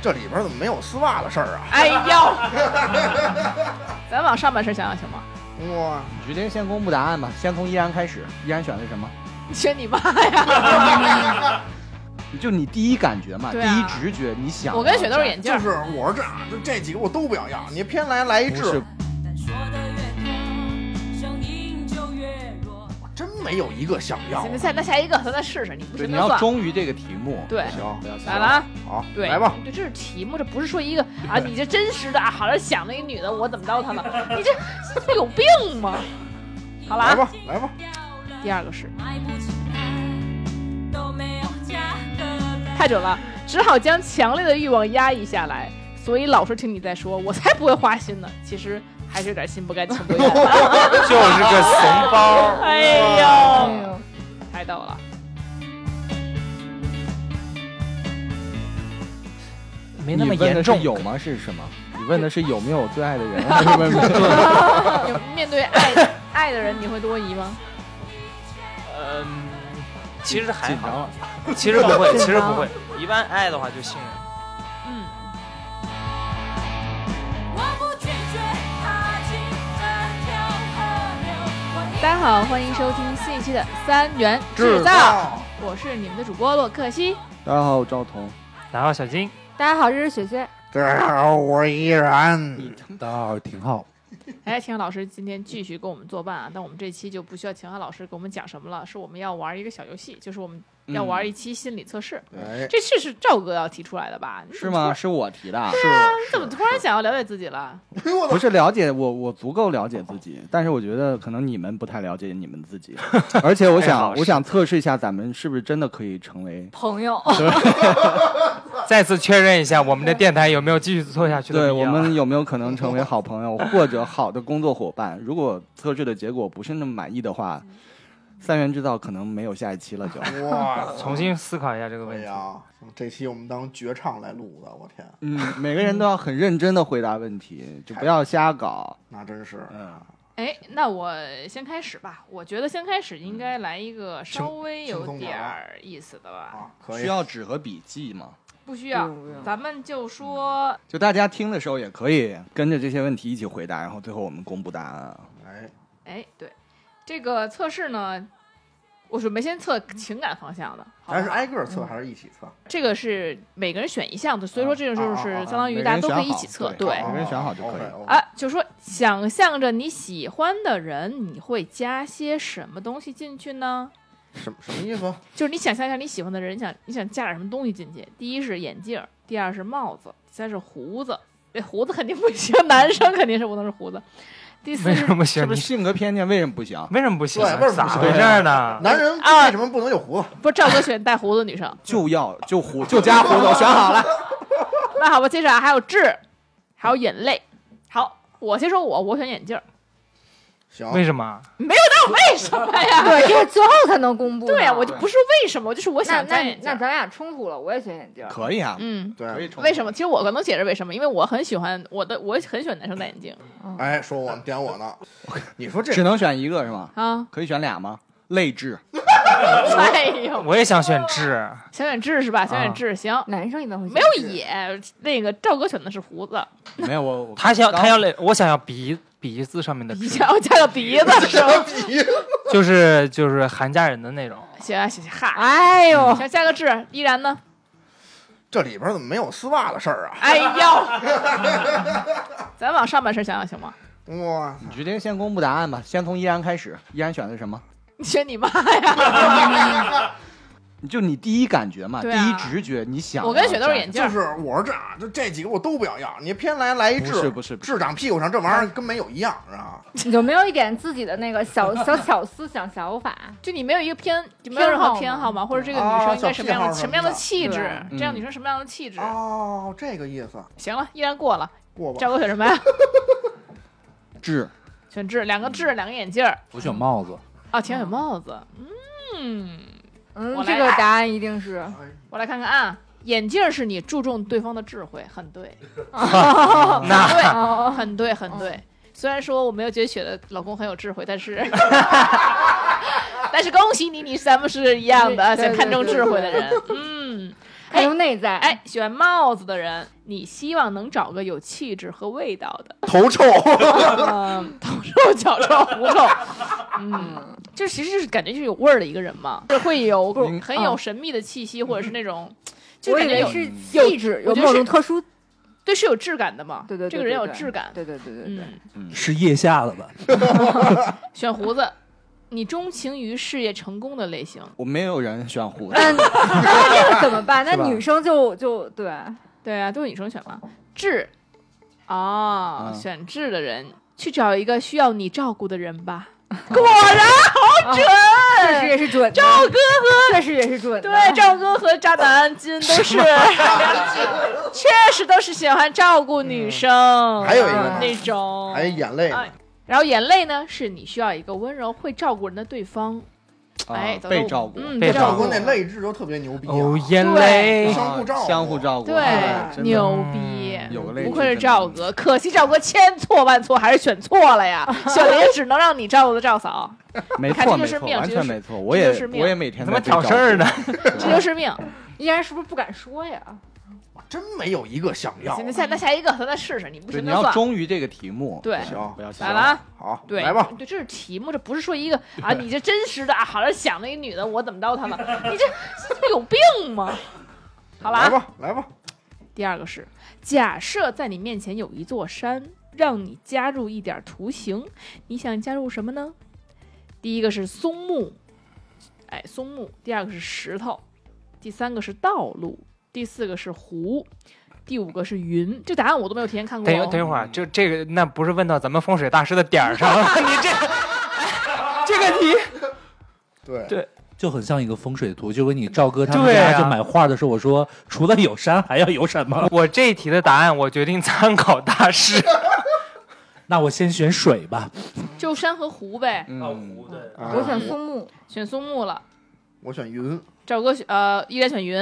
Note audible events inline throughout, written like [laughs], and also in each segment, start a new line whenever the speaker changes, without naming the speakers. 这里边怎么没有丝袜的事儿啊？
哎呦，咱往上半身想想行吗？
哇，
你决定先公布答案吧。先从依然开始，依然选的是什么？
你选你妈呀！
就你第一感觉嘛，
对
第一
啊
直觉，你想
我跟雪都是眼镜
就
儿，
是我是这样，就这几个我都不想要，你偏来来一
不是
质，
但说的越多，声音就越弱。
我真没有一个想要
行，
的。
再那下一个，咱再试试，你不
对，
行
你
就
要
算了。
忠于这个题目。
对，
行，
不要想
来了，啊，
好，
对，
来吧，
对，这是题目，这不是说一个啊，你这真实的啊，好像想了一女的，我怎么着她了？你这这有病吗？好了
来
啊，
吧，来吧，
第二个是
买不起爱，都没有价格了。
太准了，只好将强烈的欲望压抑下来，所以老是听你在说，我才不会花心呢。其实还是有点心不甘情不愿的。
就是个怂包。
[laughs] 哎呦，太逗了。
没那么
你问
严
的是
重，
有吗？是什么？你问的是有没有最爱的人？还是问
[laughs]
[laughs]
问
有面对爱爱的人，你会多疑吗？
嗯，其实还
紧张
好，
了。
其实不会，
紧张
其实不会。一般爱的话就信任，
嗯，
我不拒绝他情的跳河流。我一
大家好，欢迎收听新一期的三元制造，
造，
我是你们的主播洛克西。
大家好，我赵彤。
然后小金，
大家好，这是雪雪。
这样我依然
大家好，挺好。
哎，秦昊老师今天继续跟我们作伴啊，但我们这期就不需要秦昊老师给我们讲什么了，是我们要玩一个小游戏，就是我们要玩一期心理测试。
哎，
这这是赵哥要提出来的吧？你
是
怎么突
吗？
然？
是我提的。啊
是，
你怎么突然想要了解自己了？
哎呦我
不
操，
是了解我，我足够了解自己，但是我觉得可能你们不太了解你们 [laughs] 自己，而且我
哎
想，
好是
我想测试一下咱们是不是真的可以成为。
朋友，
再次确认一下我们的电台有没有继续做下去的
对
必
我
要
[laughs]
啊
们有没有可能成为好朋友 [laughs] 或者好的工作伙伴？如果测试的结果不是那么满意的话，
嗯
三元制造可能没有下一期 [laughs] 了就。
哇，
重新思考一下这个
哎
问题。啊
呀，这期我们当绝唱来录的，我天，
嗯，每个人都要很认真的回答问 [laughs] 题，就不要瞎搞。
那真是，
嗯，
哎，那我先开始吧。我觉得先开始应该来一个稍微
轻
有
松点
点
儿
儿意思的吧，
啊，可
需
以，
要纸和笔记吗？
不需要，咱们就说
就大家听的时候也可以跟着这些问题一起回答，然后最后我们公布答案啊。
哎，
哎，对，这个测试呢，我准备先测情感方向的，好吧
咱
嗯
是挨个儿测还是一起测？
这个是每个人选一项的，所以说这个就
啊啊
是
啊啊
相当于大家都可以一起测，
每个
对
人选
哦
好。每个人选好就可以。
OK，OK
啊，就说想象着你喜欢的人，你会加些什么东西进去呢？
什么什么意思？
就是你想象一下你喜欢的人，你想你想加点什么东西进去？第一是眼镜儿，第二是帽子，第三是胡子。这胡子肯定不行， [laughs] 男生肯定是不能是胡子。第四
[laughs] 为
是
什么不
是
行？
不是
你
性格偏见为什么不行？
为什么不行
对为什么不？行
咋回事呢？
男人
啊
为什么不能有胡子？
不是赵哥选带胡子的女生？
就要就胡就加胡子，我选好了。
那好吧，接着啊还有痣，还有眼泪。好，我先说我，我选眼镜儿。
行，
为什么？
[laughs] 为什么呀？
对，这是最后才能公布
[laughs]
的。
对呀、我就不是为什么，我就是我
那
想戴
那
眼镜
那
儿。
咱俩冲突了，我也选眼镜。
[laughs] 可以啊，
嗯，
可
对，
以重
为什么？其实我可能解释为什么，因为我很喜欢我的，我很喜欢男生戴眼镜
哎，说我点我
[laughs]
呢，你说这
只能选一个是吗？
啊。
可以选俩 [laughs] 吗？泪痣，
哎呦，
我也想选痣，
小眼痣是吧？小眼痣行，
[laughs] 男生一般会
没有眼。那个赵哥选的是胡子，
没有我我
他想
刚
他要，我想要鼻鼻子上面的
你
痣，
想要加个鼻子是吧？
[laughs] 逼，
就是就是韩家人的那种。
[laughs] 行啊行行，哈，
哎呦，
想加个痣，依然呢？
这里边怎么没有丝袜的事儿啊？
哎呦，咱往上半身想想行吗？
哇，
你决定先公布答案吧，先从依然开始。依然选的是什么？
你选你妈呀！ [laughs]
就你第一感觉嘛，第
对啊
一直觉，你想要
我
这
跟
样。
雪都是眼镜
就
儿，
是我是这样，就这几个我都不想要，你偏来来一
不
痣，
是不是不是嗯
痣长屁股上，这玩意儿跟没有一样，是吧？
有没有一点自己的那个小小小思想小法？
就你没有一个偏，就没有任
偏好哦
何
吗
偏好吗？或者这个
啊
女生应该什么样的、
小癖好什么的
什么样的气质
对？嗯
这样女生什么样的气质？
哦，这个意思，
行了，依然过了。
过吧
赵。哥选什么呀？
[laughs]
痣，
选痣，两个痣，两个眼镜儿。
我选帽子，
哦，挺选帽子。嗯，我来哎
嗯，这个答案一定是
我来看看啊。眼镜儿是你注重对方的智慧，很对，
[laughs]
那
哦
对，很对，很对。虽然说我没有觉得雪的老公很有智慧，但是， [laughs] 但是恭喜你，你咱们是一样的，
对对
且看重
对
智
对
慧的人。嗯，
看重内在。
哎，选帽子的人，你希望能找个有气质和味道的，
头臭，
[laughs]
嗯，头臭、脚臭、狐臭，嗯，这其实就是感觉就是有味儿的一个人嘛，就会有
您
很有神秘的气息，或者是那
[laughs]
种，就
嗯我
感
以
觉
为
有
是气质，有
我觉得
某种
是
特殊。
对是有质感的嘛，
对对，对
这个人有
对对
质感，
对对对对对。
嗯，
是腋下的吧？
选胡子，你钟情于事业成功的类型，
我没有人选胡子，啊
那
嗯
那这个哎怎么 [laughs] 办？那
是吧
女生就就 [laughs] 对，
对啊，都是女生选了，质，哦，
嗯
选质的人去找一个需要你照顾的人
[laughs]
吧，
哦
确实也是准的。赵
[laughs]
哥哥确实也是准的。
对，赵哥和渣男金都是， [laughs] 确实都是喜欢照顾
嗯
女生，
还有一个
啊
呢
那种，
还有眼泪呢，
哎然后眼泪呢，是你需要一个温柔会照顾人的对方，
啊
哎，
被照顾，
嗯，
被
赵
照
照
哥那泪痣都特别牛逼啊，
哦，眼泪
对相互照顾
相互照顾，哎
对，
真的
牛逼。
有个类似
不愧是
真的
赵哥，可惜赵哥千错万错还是选错了呀，选了也只能让你照顾的赵嫂，
没
看这就
错没
是
错，
命
完
这
全
就是
没错，我
这
也
就是命
我也每天
怎么
在被照
挑
顾
事儿呢？？
这就是命。
依然是不是不敢说呀？
真没有一个想要
行，那
的。
下那下一个，咱再试试，你不
对，
行
你
就
要
算。
忠于这个题目，
对
行
不要
来了啊！
好，
对，
来吧，
对，这是题目，这不是说一个啊，你这真实的啊，好像想了一女的，我怎么着她了？你这这不有病吗？好了
来
啊，
吧，来吧，
第二个是假设在你面前有一座山，让你加入一点图形，你想加入什么呢？第一个是松木，哎，松木；第二个是石头；第三个是道路；第四个是湖；第五个是云。这答案我都没有提前看过、
哎
等一
哦。
等一会儿，这这个那不是问到咱们风水大师的点儿上了？ [laughs] 你这这个题，
对
对
就很像一个风水图，就跟你赵哥他们
对啊
家就买画的时候，我说除了有山还要有什
[laughs]
么？
我这一题的答案，我决定参考大师。
那我先选水吧。
就山和湖呗，
嗯，
啊
我选松木，
选松木了。
我选云，
赵哥选呃，依然选云，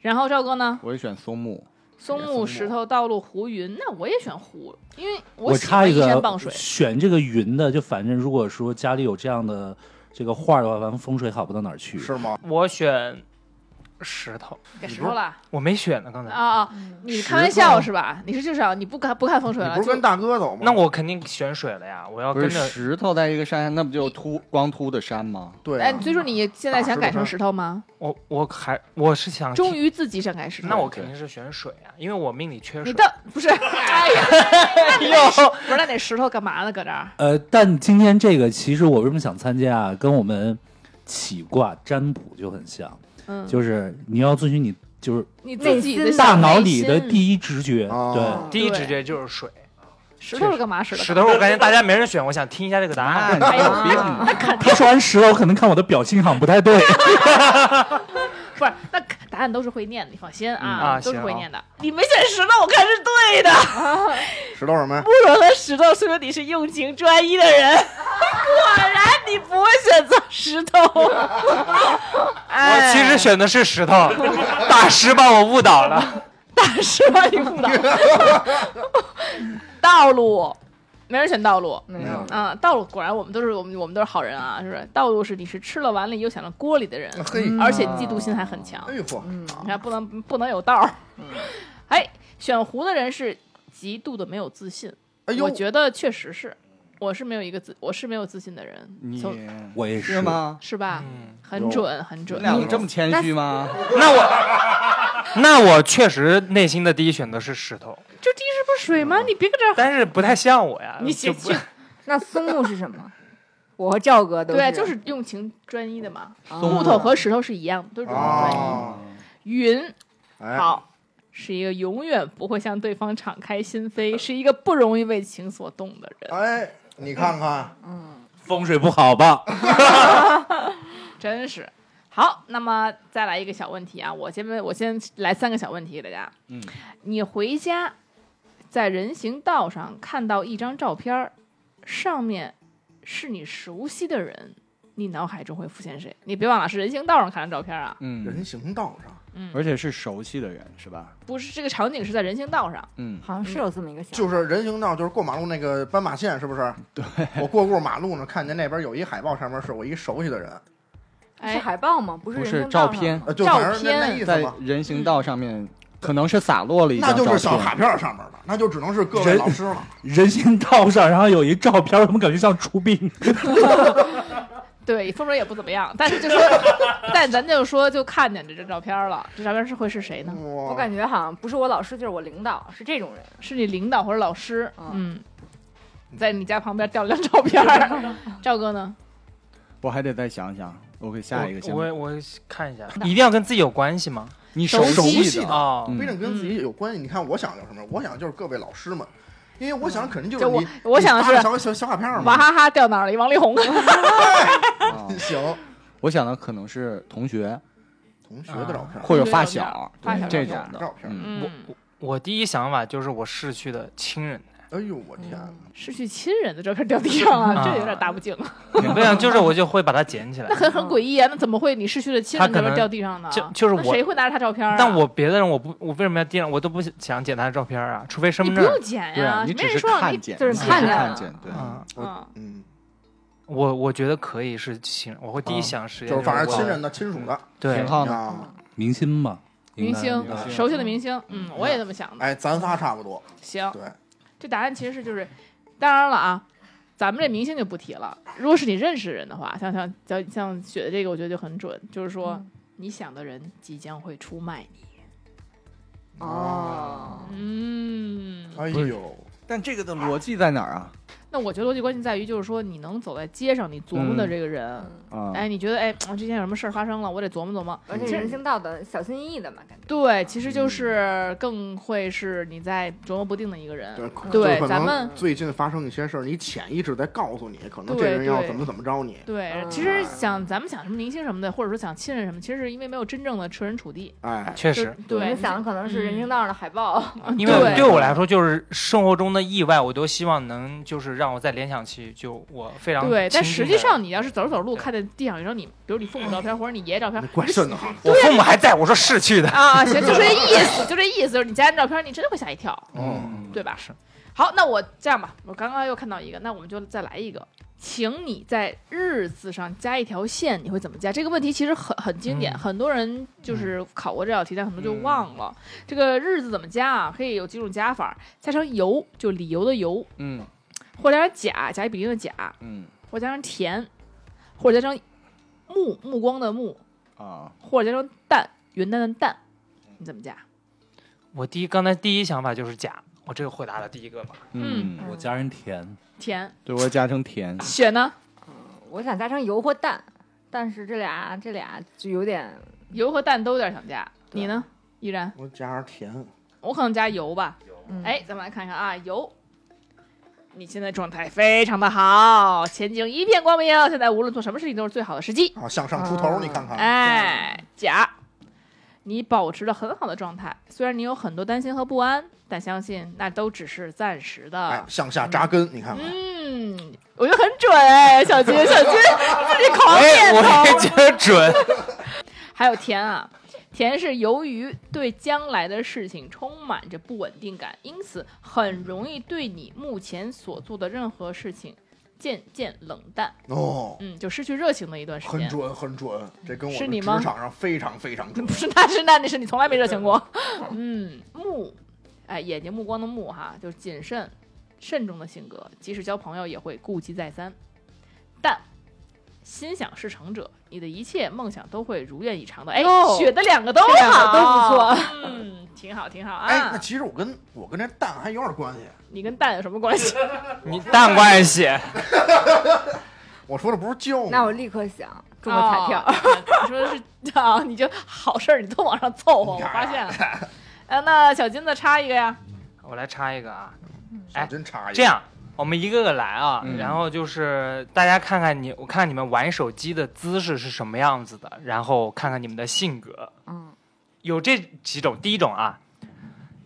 然后赵哥呢，
我也选松木，
松
松
木、
木
石头、道路、湖、云，那我也选湖，因为
我
喜
插
欢
一
依山
个
傍，水。
选这个云的，就反正如果说家里有这样的这个画的话，反正风水好不到哪儿去。
是吗？
我选石头，
给石头了
我没选呢，刚才。
啊啊！你开玩笑是吧？你是至少你不看不看风水
你
了，
不是
就
跟大哥走吗？
那我肯定选水了呀！我要
不
跟
是
着
石头在一个山，那不就秃光秃的山吗？
对啊
哎，所以说你现在想改成石头吗？
我，我还我是想
终
于，
于自己想改石头，
啊那我肯定是选水啊，因为我命里缺
你
水。
的不是？哎呀，
哟，
不是那那石头干嘛呢？搁这儿
呃，但今天这个其实我为什么想参加啊，跟我们起卦占卜就很像，
嗯，
就是你要遵循你就是
你自己的
内心
大
小
脑
内
里的
心
第一直觉，
哦
第一直觉就是水。
石头是干嘛使的？
石头，我感觉大家没人选，我想听一下这个答案。
哎呀
有病啊
那肯
对。他说完石头，可能看我的表情好像不太对。
不是，那肯答案都是会念的，你放心
嗯
啊，
啊
都是
行
会
好
念的。你没选石头，我看是对的。
石头什么呀？
不融合石头，说明你是用情专一的人。 [laughs] 果然你不会选择石头。
我
哎
其实选的是石
[laughs]
头，大师把我误导了。
大师把你误导。道路，没人选道路。
没有。
嗯，道路果然我们都是我们我们都是好人啊，是不是？道路是你是吃了碗里又想着锅里的人，
嘿，
而且嫉妒心还很强。
哎呦嚯，
嗯
你看不能不能有道儿。哎，选胡的人是极度的没有自信。
哎呦
我，觉得确实是，我是没有一个自，我是没有自信的人，
你
从
我也
是吗？
是吧？
嗯
很准，很准
你。俩这么谦虚吗？
那我， [laughs] 那我确实内心的第一选择是石头，
就第一是不是水吗？你别搁这儿。
但是不太像我呀。
你
就不
写
[laughs]
去
那松木是什么？ [laughs] 我和赵哥都
对，就是用情专一的嘛。
啊
木头和石头是一样的，都是用情专一。
哦
啊，
云
哎，
好，是一个永远不会向对方敞开心扉，是一个不容易为情所动的人。
哎，你看看，
风水不好吧？
真是。好，那么再来一个小问题啊，我先问，我先来三个小问题给大家。
嗯，
你回家在人行道上看到一张照片儿，上面是你熟悉的人，你脑海中会浮现谁？你别忘了是人行道上看的照片啊，
人
嗯，
行道上
而且是熟悉的人是吧？
不是这个场景是在人行道上。
嗯，
好像是有这么一个想
就是人行道，就是过马路那个斑马线，是不是？对，我过过马路呢，看见那边有一海报，上面是我一熟悉的人，
哎，
是海报吗？不是
不
人
是
行
照
道上
片
吗
呃就反正
照片
那那意思
在
吧，
人行道上面可能是洒落了一
那
张照
就是小
片，
卡片上面了，那就只能是各位
人
老师了。
[laughs]
人行道上，然后有一照片，我们感觉像出殡。
对，风水也不怎么样，但是就说， [laughs] 但咱就说就看见这张照片了，这照片是会是谁呢？
我
我感觉好像不是我老师，就是我领导，是这种人。
是你领导或者老师，
啊
嗯，在你家旁边掉了张照片儿， [laughs] 赵哥呢？
我还得再想想，我给下一个想法。
我我我看一下，一定要跟自己有关系吗？
你
熟
熟
悉
的，
哦，
不一
嗯
定跟自己有关系。你看，我想要什么？我想就是各位老师们，因为我想肯定就是
嗯就我
你，
我想的
你发个
是
小小小卡片
娃
嘛。
哈哈掉哪儿了？一王力宏，
啊
行，
我想的可能是同学
同学的照片，
或者发
同学啊的
小，
发小
对这
照
种
片照
的。
片
嗯，
嗯，
我第一想法就是我逝去的亲 [laughs] 人，
哎呦我天，
失去亲人的照片掉地上了，
啊
这有点打不敬。
对呀，就是我就会把它捡起来
那。很很诡异啊！那怎么会你失去了亲人
他
照
可能
片掉地上呢？
就就是
那
我
谁会拿着他照片啊？
但我别的人我不我为什么要盯上？我都不想捡他的照片啊，除非身
你
份
不
证。
用捡
对
呀，
啊，你
没
只
人
是
说让
看
你
见，
就是
你只
看见
看
了
见，对。
啊，
嗯，
嗯，
我我觉得可以是亲人，我会第一想实验
就是反正
我
亲人的亲属的
对
挺，好
嗯
的，
啊。
明星嘛，
明星
明星
熟悉的明星，嗯，我也这么想的。
哎，咱仨差不多，
行，
对，
这答案其实是就是，当然了啊，咱们这明星就不提了。如果是你认识的人的话，像像像像雪的这个，我觉得就很准，就是说你想的人即将会出卖你。
哦，
嗯，
啊哎呦，
但这个的逻辑在哪儿啊？
那我觉得逻辑关键在于，就是说你能走在街上，你琢磨
嗯
的这个人，
啊，
哎，你觉得哎，之前有什么事儿发生了，我得琢磨琢磨。
而且人行道的小心翼翼的嘛，感觉。
对，其实
嗯
就是更会是你在琢磨不定的一个人。
就是可
咱们
能最近发生一些事儿，你潜意识在告诉你，可能这
对
人要
对
怎么怎么着你。
对，
嗯
其实想咱们想什么明星什么的，或者说想亲人什么，其实是因为没有真正的处人处地。
哎，
确
就
实，
我
对
们，想的可能是人行道上的海报，
[laughs]
[laughs] 因为
对
对我来说，就是生活中的意外，我都希望能就是让我再联想起，就我非常
对，但
亲
实
近
际
的哎
上
人，
你要是走着走着路看见地上有张你，比如你父母照片或者你爷爷照片
那怪瘆得慌。
我父母还在，我说逝去的，
啊，行，就这意思，就这意思，就是你家人照片，你真的会吓一跳，
嗯，
对吧？
是，
好，那我这样吧，我刚刚又看到一个，那我们就再来一个，请你在日字上加一条线，你会怎么加？这个问题其实很很经典，
嗯
很多人就是考过这道题，但很多就忘了、这个日字怎么加啊？可以有几种加法，加成由，就理由的由，
嗯
或者加上甲，甲乙丙丁的甲，
嗯
或者加上田，或者加上目目光的目，
啊，
或者加上淡云淡的淡，你怎么加？
我第一刚才第一想法就是假，我这个回答了第一个嘛，
嗯
嗯，
我家人甜，
田
对我加成甜，
雪呢？
我想加成油或蛋，但是这俩这俩就有点
油和蛋都有点想加，
对
你呢？依然，
我加上甜，
我可能加油吧。
嗯
哎，咱们来看看啊，油。你现在状态非常的好，前景一片光明。现在无论做什么事情都是最好的时机。
啊，向上出头，
啊
你看看，
哦哎，甲，你保持着很好的状态，虽然你有很多担心和不安，但相信那都只是暂时的。
哎，向下扎根，你看看，
嗯，我觉得很准哎，小金，小金自己狂
哎，
点
我也
头。
觉得
[laughs]
准，
还有田啊，田是由于对将来的事情充满着不稳定感，因此很容易对你目前所做的任何事情渐渐冷淡，
哦，
嗯，就失去热情的一段时
很
间。
准，很准，这跟我
是
们
你
职
吗
场上非常非常准
不。是，那是那那是你从来没热情过。 [laughs] 嗯，目，哎，眼睛目光的目哈，就是谨慎、慎重的性格，即使交朋友也会顾忌再三。但心想事成者，你的一切梦想都会如愿以偿的。哎，
哦
选的两个都
这两
好，
个都
不错。嗯，挺好，挺好
哎，那
啊。
其实我跟我跟这蛋还有点关系。
你跟蛋有什么关系？
你淡关系，
我说的不是教
那
吗？
我立刻想中个彩票，
哦你说的是啊，你就好事儿，你都往上凑合，我发
[laughs]
现了。哎，那小金子插一个呀。
我来插一个啊，
我真差一
这样。我们一个个来啊，
嗯
然后就是大家看看你，我看看你们玩手机的姿势是什么样子的，然后看看你们的性格。
嗯，
有这几种，第一种啊，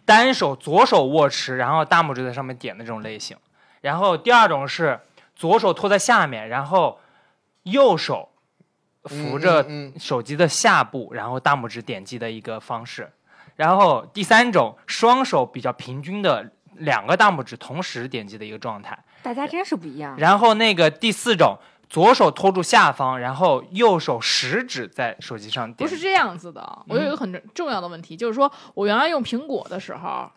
单手左手握持，然后大拇指在上面点的这种类型；然后第二种是左手托在下面，然后右手扶着
嗯嗯嗯
手机的下部，然后大拇指点击的一个方式；然后第三种双手比较平均的两个大拇指同时点击的一个状态；
大家真是不一样。
然后那个第四种左手托住下方，然后右手食指在手机上
不
点。嗯
是这样子的。我有一个很重要的问题，就是说我原来用苹果的时候，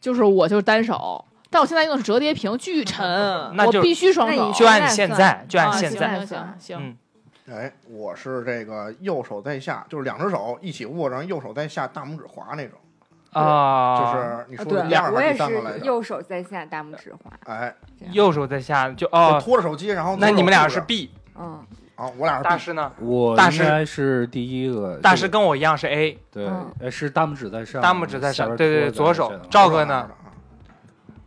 就是我就是单手，但我现在用的是折叠屏，巨沉，
嗯那
我
就
必须双
那
手
你。啊
就按现在，就
哦
按
啊
现
行
在。
行行行，
嗯
哎，我是这个右手在下，就是两只手一起握着，右手在下，大拇指滑那种，就
啊，
是你
啊
说
对
的第二，
我
个、
也
第三个来
是
着。
右手在下，大拇指滑。
哎，
右手在下，就
就
哦，
拖着手机，然后
那你们俩
左手
是
握着
B，
嗯，
啊，我俩是 B
大师呢？
我
大
应
师
该是第一个，
大师
这个
跟我一样是 A，
对
嗯，
呃是大拇指在上，
大拇指在上
下边
对对对
托着
左
在
手
上
照赵哥呢？
啊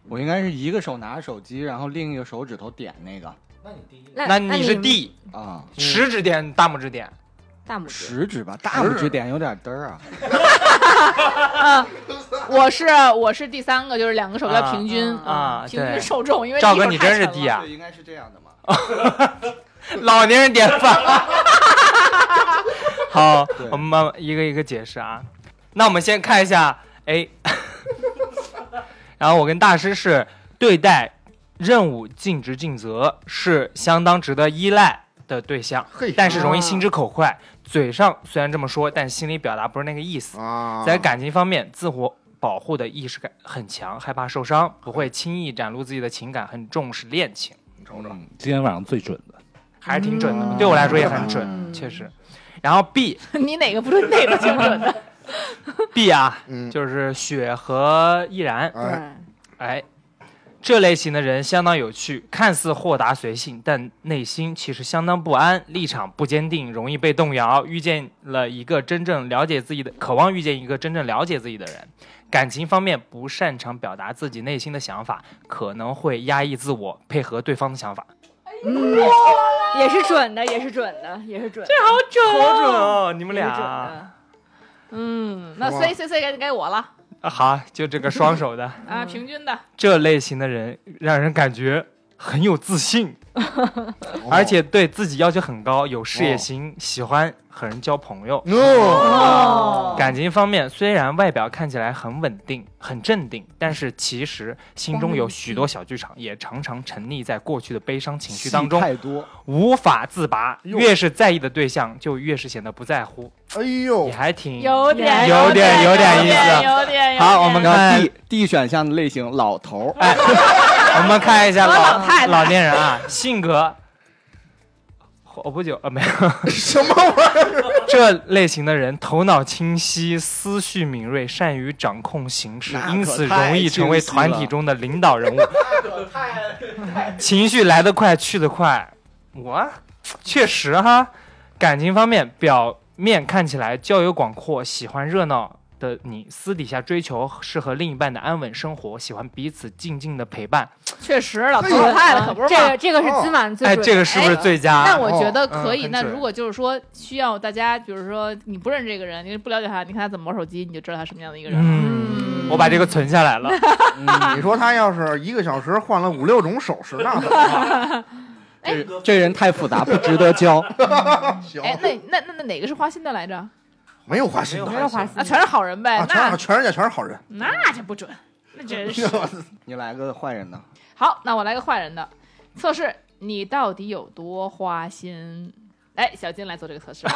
我应该是一个手拿手机，然后另一个手指头点那个
那
那
你
是 D，
啊，
食指点大拇指点，
大拇指。
食指吧，大拇指点有点嘚儿啊。
我是我是第三个，就是两个手要平均嗯
啊啊
平
对
均受重，因为
赵哥
一手
你
太
真是
沉了
D 啊
对，应该是这样的嘛。
老年人典范。好
对，
我们慢慢一个一个解释啊。那我们先看一下 A，然后我跟大师是对待任务尽职尽责，是相当值得依赖的对象，
嘿，
但是容易心直口快，嘴上虽然这么说，但心里表达不是那个意思。
啊，
[laughs] 在感情方面，自我保护的意识感很强，害怕受伤，不会轻易展露自己的情感，很重视恋情。
你瞅瞅，
嗯今天晚上最准的，
还是挺准的，
嗯
对我来说也很准，
嗯
确实。然后 B
[laughs]
[laughs]
你哪个不是哪个挺准的？
B 啊，
嗯，
就是雪和依然，
哎，
哎，这类型的人相当有趣，看似豁达随性，但内心其实相当不安，立场不坚定，容易被动摇。遇见了一个真正了解自己的，渴望遇见一个真正了解自己的人。感情方面不擅长表达自己内心的想法，可能会压抑自我，配合对方的想法。
对，也是准的，也是准的，也是准的。
好准
好准哦，你
你
们俩啊，
啊，
嗯，那
是吗
C C C 该该我了
啊好，就这个双手的。
啊，
嗯
平均的。
这类型的人让人感觉很有自信，
嗯哦
哦
而且对自己要求很高，有事业心，喜欢和人交朋友。
嗯
哦，
哦
感情方面，虽然外表看起来很稳定、很镇定，但是其实心中有许多小剧场，也常常沉溺在过去的悲伤情绪当中，
太多，
无法自拔。
哟
越是在意的对象，就越是显得不在乎。
哎呦
也，还挺
有点
有点
有
有点意思
有点有点。
好我们
然后
看
D D 选项的类型老头儿，
哎，我们看一下
我老
老
太太
老年人啊，性格活不久啊，没有
什么玩意儿？
这类型的人，头脑清晰，思绪敏锐，善于掌控形势
那，可
因此容易成为团体中的领导人物。情绪来得快，去得快。我确实哈，感情方面，表面看起来交友广阔，喜欢热闹。的你私底下追求是和另一半的安稳生活，喜欢彼此静静的陪伴，
确实老头
哎呦
老太太可不啊是
这
嘛
个这个是
哦
今晚最
哎，
准的。
这个是不是最佳？
但我觉得可以。
啊嗯
那
很准
如果就是说需要大家，比如说你不认识这个人，你不了解他，你看他怎么玩手机，你就知道他什么样的一个人了。
嗯，我把这个存下来了。
嗯
你说他要是一个小时换了五六种手势，那怎么
[laughs]
办？
这这人太复杂，不值得教。 [laughs]
行，
哎，那那那那哪个是花心的来着？啊，
没有花心
没
的
有
没有花心
全是好人呗
啊，。全
哎那
是全世界全是好人，
那这不准，那真是。
你来个坏人的，
好，那我来个坏人的测试，你到底有多花心？哎，小金来做这个测试吧。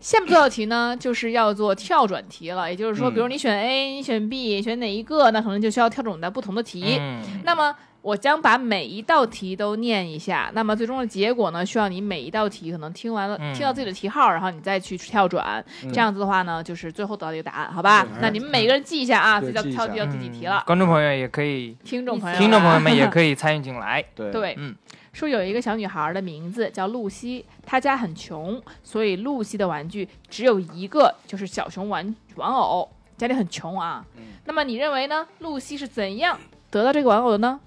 下面这道题呢，就是要做跳转题了，也就是说，
嗯
比如你选 A，、你选 B，你选哪一个，那可能就需要跳转到不同的题。
嗯
那么我将把每一道题都念一下，那么最终的结果呢，需要你每一道题可能听完了，
嗯
听到自己的题号，然后你再去跳转，
嗯
这样子的话呢，就是最后得到一个答案，好吧？那你们每个人记一下啊，
对
自己要
记一
跳
下
跳第几题了
嗯。观众朋友也可以，
听众朋友，
听众朋友们也可以参与进来。
对
对，
嗯，
说有一个小女孩的名字叫露西，她家很穷，所以露西的玩具只有一个，就是小熊玩玩偶，家里很穷啊。
嗯
那么你认为呢？露西是怎样得到这个玩偶的呢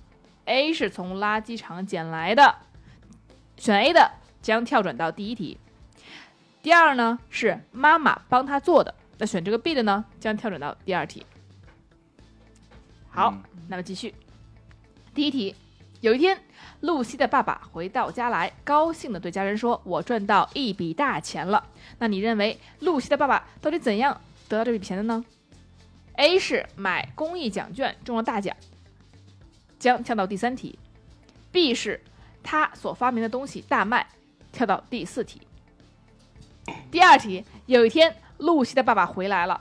？A 是从垃圾场捡来的，选 A 的将跳转到第一题。第二呢是妈妈帮她做的，那选这个 B 的呢将跳转到第二题。好，
嗯
那么继续，第一题，有一天，露西的爸爸回到家来，高兴地对家人说：“我赚到一笔大钱了。”那你认为露西的爸爸到底怎样得到这笔钱的呢？A 是买公益奖券中了大奖，将跳到第三题 B 是他所发明的东西大卖。跳到第四题。第二题，有一天，露西的爸爸回来了，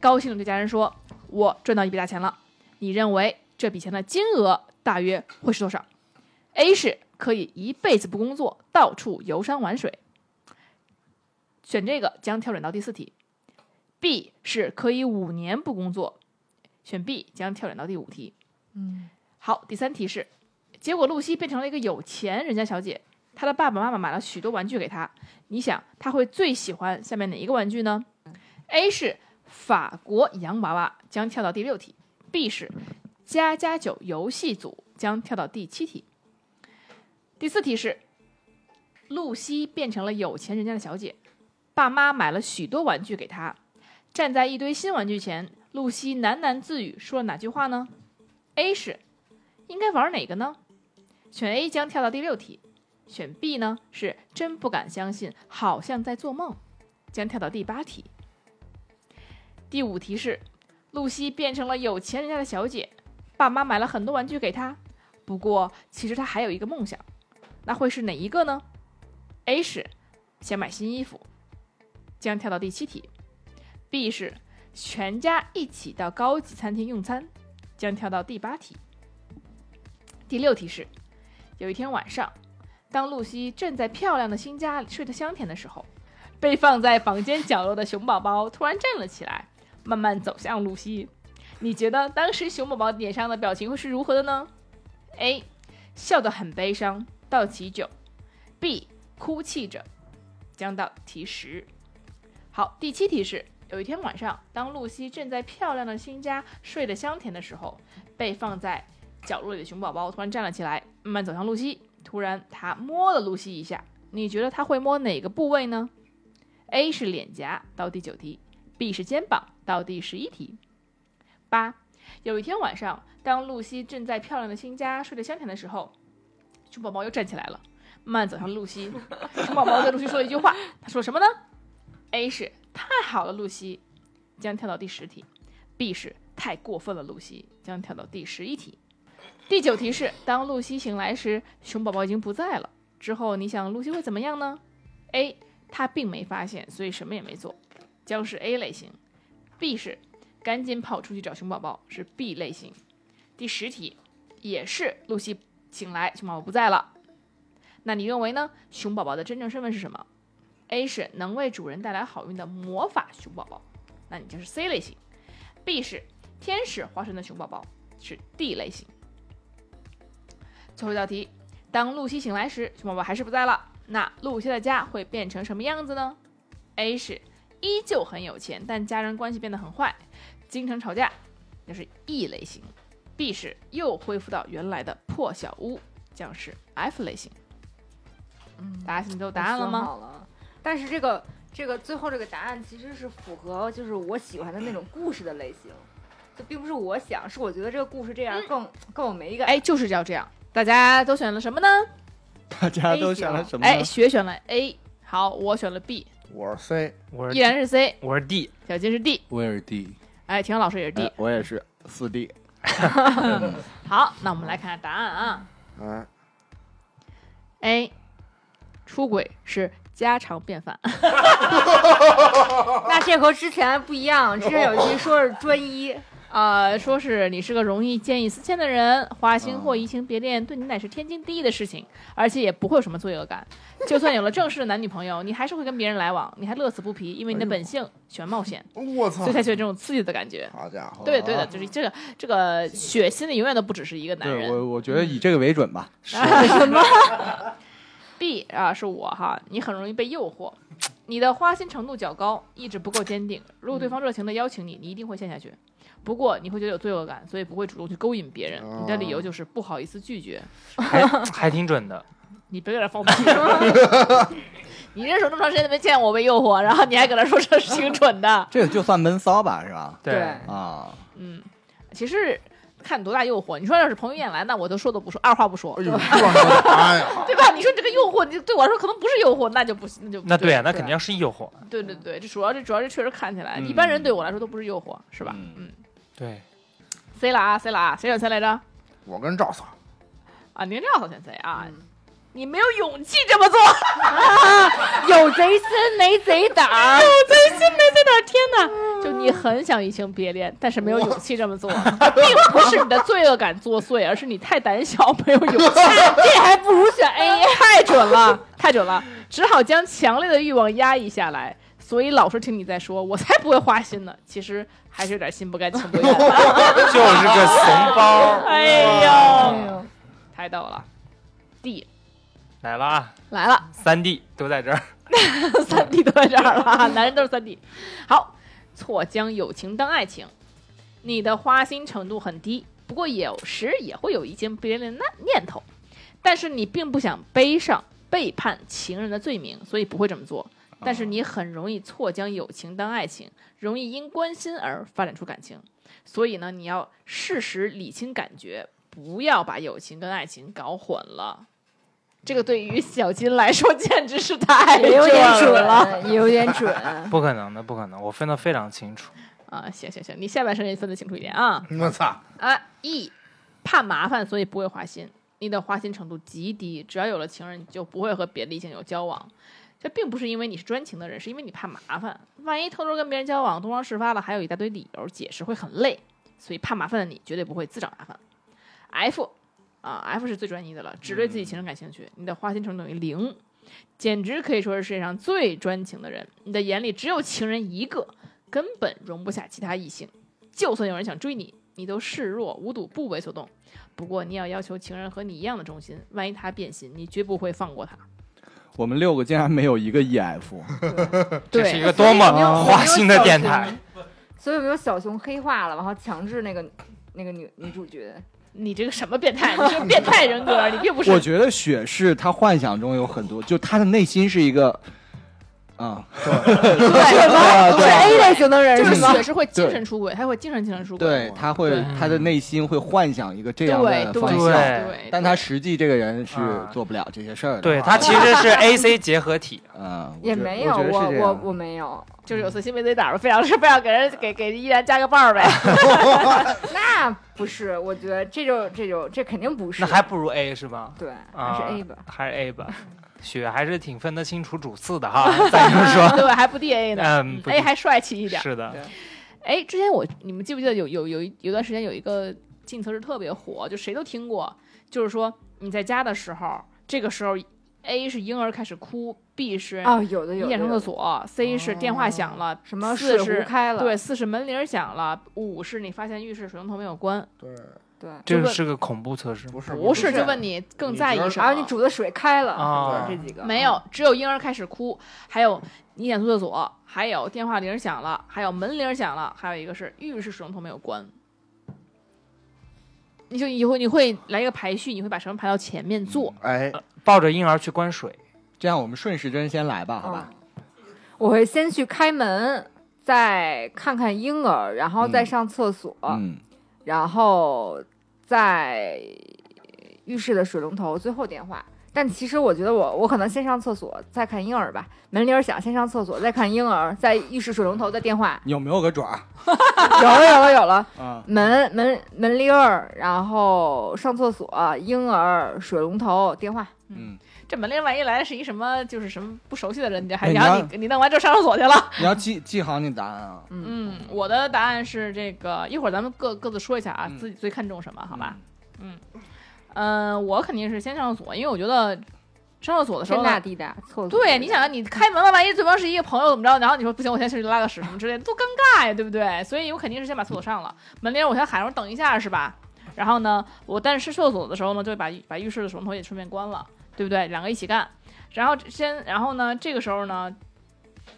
高兴的对家人说：“我赚到一笔大钱了。”你认为这笔钱的金额大约会是多少？A 是可以一辈子不工作，到处游山玩水，选这个将跳转到第四题。B 是可以五年不工作，选 B 将跳转到第五题。
嗯，
好，第三题是，结果露西变成了一个有钱人家小姐，她的爸爸妈妈买了许多玩具给她。你想，她会最喜欢下面哪一个玩具呢？A 是法国洋娃娃，将跳到第六题；B 是家家酒游戏组，将跳到第七题。第四题是，露西变成了有钱人家的小姐，爸妈买了许多玩具给她。站在一堆新玩具前，露西喃喃自语说了哪句话呢？A 是应该玩哪个呢？选 A 将跳到第六题，选 B 呢是真不敢相信，好像在做梦，将跳到第八题。第五题是，露西变成了有钱人家的小姐，爸妈买了很多玩具给她，不过其实她还有一个梦想，那会是哪一个呢？A 是想买新衣服，将跳到第七题；B 是全家一起到高级餐厅用餐，将跳到第八题。第六题是，有一天晚上，当露西正在漂亮的新家里睡得香甜的时候，被放在房间角落的熊宝宝突然站了起来，慢慢走向露西。你觉得当时熊宝宝脸上的表情会是如何的呢？A. 笑得很悲伤，到题九；B. 哭泣着，将到题十。好，第七题是：有一天晚上，当露西正在漂亮的新家睡得香甜的时候，被放在角落里的熊宝宝突然站了起来，慢慢走向露西。突然，他摸了露西一下，你觉得他会摸哪个部位呢？A 是脸颊，到第九题；B 是肩膀，到第十一题。八，有一天晚上，当露西正在漂亮的新家睡得香甜的时候，熊宝宝又站起来了，慢慢走向露西。熊宝宝对露西说了一句话，他说什么呢？A 是太好了，露西，将跳到第十题；B 是太过分了，露西，将跳到第十一题。第九题是：当露西醒来时，熊宝宝已经不在了。之后，你想露西会怎么样呢？A. 她并没发现，所以什么也没做，将是 A 类型。B 是赶紧跑出去找熊宝宝，是 B 类型。第十题也是露西醒来，熊宝宝不在了。那你认为呢？熊宝宝的真正身份是什么？A 是能为主人带来好运的魔法熊宝宝，那你就是 C 类型。B 是天使化身的熊宝宝，是 D 类型。最后一道题，当露西醒来时，熊宝宝还是不在了。那露西的家会变成什么样子呢？A 是依旧很有钱，但家人关系变得很坏，经常吵架，就是 E 类型。B 是又恢复到原来的破小屋，将是 F 类型。大家心里都有答案了吗？
好了，但是这个这个最后这个答案其实是符合就是我喜欢的那种故事的类型，就并不是我想，是我觉得这个故事这样更、更有美感。
哎，就是要这样。大家都选了什么呢？
大家都选了什么呢？
哎，学选了 A，好，我选了 B，
[laughs] 我是 C，
我
依
是
然是 C，
我是
[laughs]
D，
小金是 D，
威尔第
哎，田老师也是 D。
哎我也是四 D。
好，那我们来看看答案啊。
哎，
A，出轨是家常便饭。
那这和之前不一样，之前有一句说是专一，
呃，说是你是个容易见异思迁的人，花心或移情别恋对你乃是天经地义的事情，而且也不会有什么罪恶感。就算有了正式的男女朋友，你还是会跟别人来往，你还乐此不疲，因为你的本性喜欢冒险，
我操
所以，才喜欢这种刺激的感觉。
好家
哦
伙，
对的对的，就是这个这个血心里永远都不只是一个男
对
人。
我，我觉得以这个为准吧。
[laughs]
[laughs]
B 啊，是我哈，你很容易被诱惑，你的花心程度较高，意志不够坚定。如果对
嗯
方热情的邀请你，你一定会陷下去。不过你会觉得有罪恶感，所以不会主动去勾引别人。你的理由
哦
就是不好意思拒绝。
还还挺准的。
你别搁这放屁！ [laughs] 你认识我这么长时间都没见我被诱惑，然后你还搁那说这是挺蠢的。
这个就算闷骚吧，是吧？
对，
啊，
嗯，其实看多大诱惑。你说要是彭于晏来，那我都说都不说，二话不说 [laughs]
哎，呦，这么答呀，
对吧？你说这个诱惑，你对我来说可能不是诱惑，那就不那就不
那对啊，
了
那肯定要是诱惑。
对对对，这主要这主要是确实看起来，
嗯
一般人对我来说都不是诱惑，是吧？
嗯
嗯
对，
，C 了啊，C 了啊，谁选 C 来着？
[laughs]
我跟赵嫂，
啊，您料头先贼啊，
嗯
你没有勇气这么做。
[laughs] 有贼心没贼胆
[laughs]
儿，嗯
有贼心没贼胆，天哪！就你很想移情别恋，但是没有勇气这么
[laughs]
做，并不是你的罪恶感作祟，而是你太胆小，没有勇气。
[laughs] 这还不如选 A。
[laughs] 太准了，太准了，只好将强烈的欲望压抑下来。所以老是听你在说，我才不会花心呢。其实还是有点心不甘情不愿
[laughs]
的。
就是个怂包。
哎呦，太逗了。D
[laughs] 来了啊，
来了，
三 D 都在这儿。
[laughs] 三 D 都在这儿了啊，男人都是三 D。好，错将友情当爱情，你的花心程度很低，不过有时也会有移情别恋的那念头，但是你并不想背上背叛情人的罪名，所以不会这么做。但是你很容易错将友情当爱情，容易因关心而发展出感情，所以呢，你要适时理清感觉，不要把友情跟爱情搞混了。这个对于小金来说 [laughs] 简直是太
哎也有点
准
准
了。
了，也有点准。
[laughs]
[laughs]
不可能的，不可能，我分得非常清楚。
啊，行行行，你下半身也分得清楚一点啊。
我操！
啊，E，怕麻烦，所以不会花心。你的花心程度极低，只要有了情人，你就不会和别的异性有交往。这并不是因为你是专情的人，是因为你怕麻烦。万一偷偷跟别人交往，东窗事发了，还有一大堆理由解释，会很累。所以怕麻烦的你绝对不会自找麻烦。F，啊，F 是最专一的了，只对自己情人感兴趣。你的花心程度等于零，简直可以说是世界上最专情的人。你的眼里只有情人一个，根本容不下其他异性。就算有人想追你，你都示弱无睹，不为所动。不过你要要求情人和你一样的忠心，万一他变心，你绝不会放过他。
我们六个竟然没有一个 E EF，
这是一个多么花心的电台。
所以有没有小熊黑化了，然后强制那个那个女女主角？
你这个什么变态？你是个变态人格，你并不是
我。觉得雪是她幻想中有很多，就她的内心是一个，啊、
啊
对，是 A 类型的人
就是是
吗？
雪是会精神出轨，他会精神精神出轨。
对，她会
对
她的内心会幻想一个这
对
样
对
的方
对
向，
对，
但她实际这个人是
啊
做不了这些事儿的。
对，它其实是 A C 结合体。
嗯，我
也
觉得
没有，
我觉得
我
是这
我
样
我没有，
就是有色心没贼胆儿，非要是非要给人给给依然加个伴儿呗。
那不是，我觉得这就这就这肯定不是，
那还不如 A 是吧？
对，还
啊，
是 A 吧。，
还是 A 吧。雪还是挺分得清楚主次的哈。再就是说，
对，还不 D A 呢、
嗯，不
a 还帅气一点。
是的，
哎，之前我你们记不记得有有有一有段时间有一个近词是特别火，就谁都听过，就是说你在家的时候，这个时候 A 是婴儿开始哭，B 是
哦，有的有
你
的，
眼上
有
厕
的
所，C 是电话响了，
什么
四
水
是
壶开了，
对，四是门铃响了，五是你发现浴室水龙头没有关，
对，
对，
这
就是
个恐怖测试
不是
不
是啊
就问你更
你觉
在意
得
什
然
么？
后你煮的水开了，
啊
这几个
没
嗯
有，只有婴儿开始哭，还有你想厕所，还有电话铃响了，还有门铃响了，还有一个是浴室水龙头没有关。你就以后你会来一个排序，你会把什么排到前面
嗯
做？
哎，
抱着婴儿去关水。
这样，我们顺时针先来吧，好吧？
嗯
嗯我会先去开门，再看看婴儿，然后再
嗯
上厕所，
嗯，。
然后再浴室的水龙头，最后电话。但其实我觉得我我可能先上厕所，再看婴儿吧。门铃儿响，先上厕所，再看婴儿，在浴室水龙头，再电话 [laughs]
有没有个爪儿？
有了有了有了，
啊，
门门门铃儿，然后上厕所，婴儿，水龙头，电话。
嗯，
这门铃万一来是一什么，就是什么不熟悉的人，你就还
哎
然后
你要
你你弄完之后上厕所去了。
你要记记好你答案啊。
嗯，我的答案是这个，一会儿咱们各各自说一下啊，
嗯
自己最看重什么，好吧？嗯、我肯定是先上厕所，因为我觉得上厕所的时
天
候呢
大地大，厕所。
对，你想啊，你开门了，万一对方是一个朋友怎么着，然后你说不行，我先去拉个屎什么之类的，多尴尬呀，对不对？所以我肯定是先把厕所上了，门铃我先喊上，我等一下是吧？然后呢，我但是上厕所的时候呢，就把把浴室的水龙头也顺便关了，对不对？两个一起干，然后先，然后呢，这个时候呢，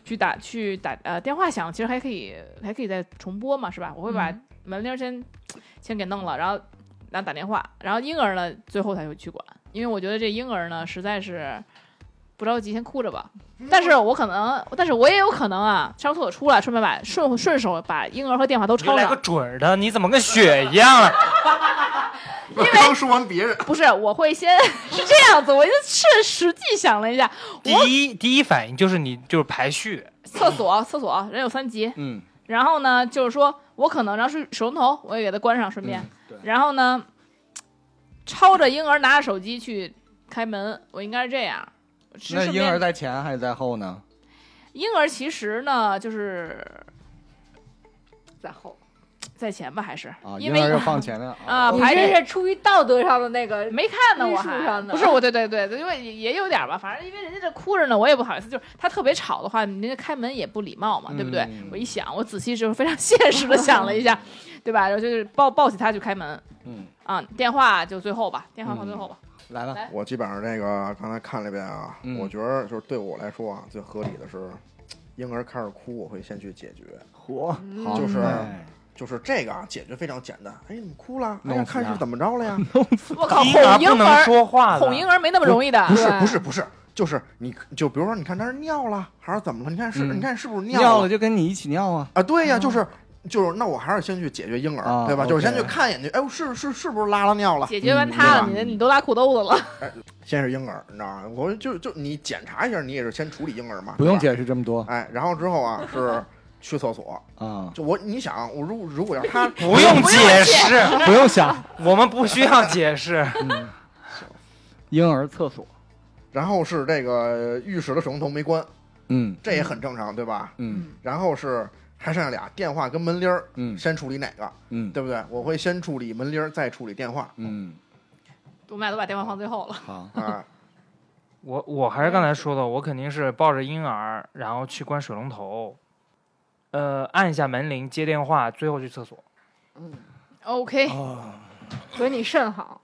去打去打呃电话响，其实还可以还可以再重播嘛，是吧？我会
嗯
把门铃先、先给弄了，然后然后打电话，然后婴儿呢最后才会去管，因为我觉得这婴儿呢实在是不着急，先哭着吧。但是我可能，但是我也有可能啊，上厕所出来，顺便把顺顺手把婴儿和电话都
你就
抄
来个
上。
准儿的，你怎么跟雪
[laughs]
一样啊？
我刚说完别人，
不是，我会先 [laughs] 是这样子，我就是实际想了一下，
第一第一反应就是你就是排序，
厕所厕所人有三级，
嗯，
然后呢，
嗯
就是说我可能然后是水龙头，我也给它关上，顺便，
嗯对
然后呢，抄着婴儿拿着手机去开门，我应该是这样。是
那
顺
婴
便
儿在前还是在后呢？
婴儿其实呢，就是
在后。
在前吧，还是、
啊，
因
婴
为
儿要放
[laughs]
前面
啊，
你
排
这
队
是出于道德上的那个，
没看呢，
艺
我
术
还
上的
不是我，对对对，因为也也有点儿吧，反正因为人家这哭着呢，我也不好意思，就是他特别吵的话，人家开门也不礼貌嘛，对不对？
嗯
我一想，我仔细就是非常现实的想了一
[laughs]
下，对吧？然后就是抱抱起他去开门
嗯，
啊，电话就最后吧，电话放最后吧。
来吧
来，
我基本上这个刚才看了一遍啊，
嗯
我觉得就是对我来说啊，最合理的是，婴儿开始哭，我会先去解决。
火
好
就是
哎
就是这个啊，解决非常简单。哎，你怎么哭了？哎
弄
呀，
死他
看是怎么着
[laughs]
了呀？
嗯
我靠，
婴
哄
儿不
婴
能
儿
说话的
哄婴儿没那么容易的
不，是
对
不是不是，就是你就比如说，你看他是尿了还是怎么了？你看是
嗯
你看是不是
尿
了
了就跟你一起尿啊。
啊？对呀，就是就是，那我还是先去解决婴
啊
儿，对吧？就是先去
OK
看眼睛，哎呦，是是是不是拉了尿了？
解决完
嗯
他了，
对
你的你都拉裤兜子了，
先是婴儿，你知道吗？我就就你检查一下，你也是先处理婴儿嘛，
不用
对吧。
解释这么多
哎，然后之后啊是去厕所，
啊，
就我你想，我如如果要
[laughs]
他
不用解释，
不用想。
我们不需要解释。 [laughs]
嗯，婴儿厕所，
然后是这个浴室的水龙头没关，
嗯
这也很正常，对吧？
嗯
然后是还剩下俩电话跟门铃儿，
嗯
先处理哪个，
嗯
对不对？我会先处理门铃儿，再处理电话
嗯，
我们俩都把电话放最后了。
好， [laughs]
啊。
我我还是刚才说的，我肯定是抱着婴儿，然后去关水龙头，呃，按一下门铃接电话，最后去厕所。
OK，
所以你肾 [laughs] 好，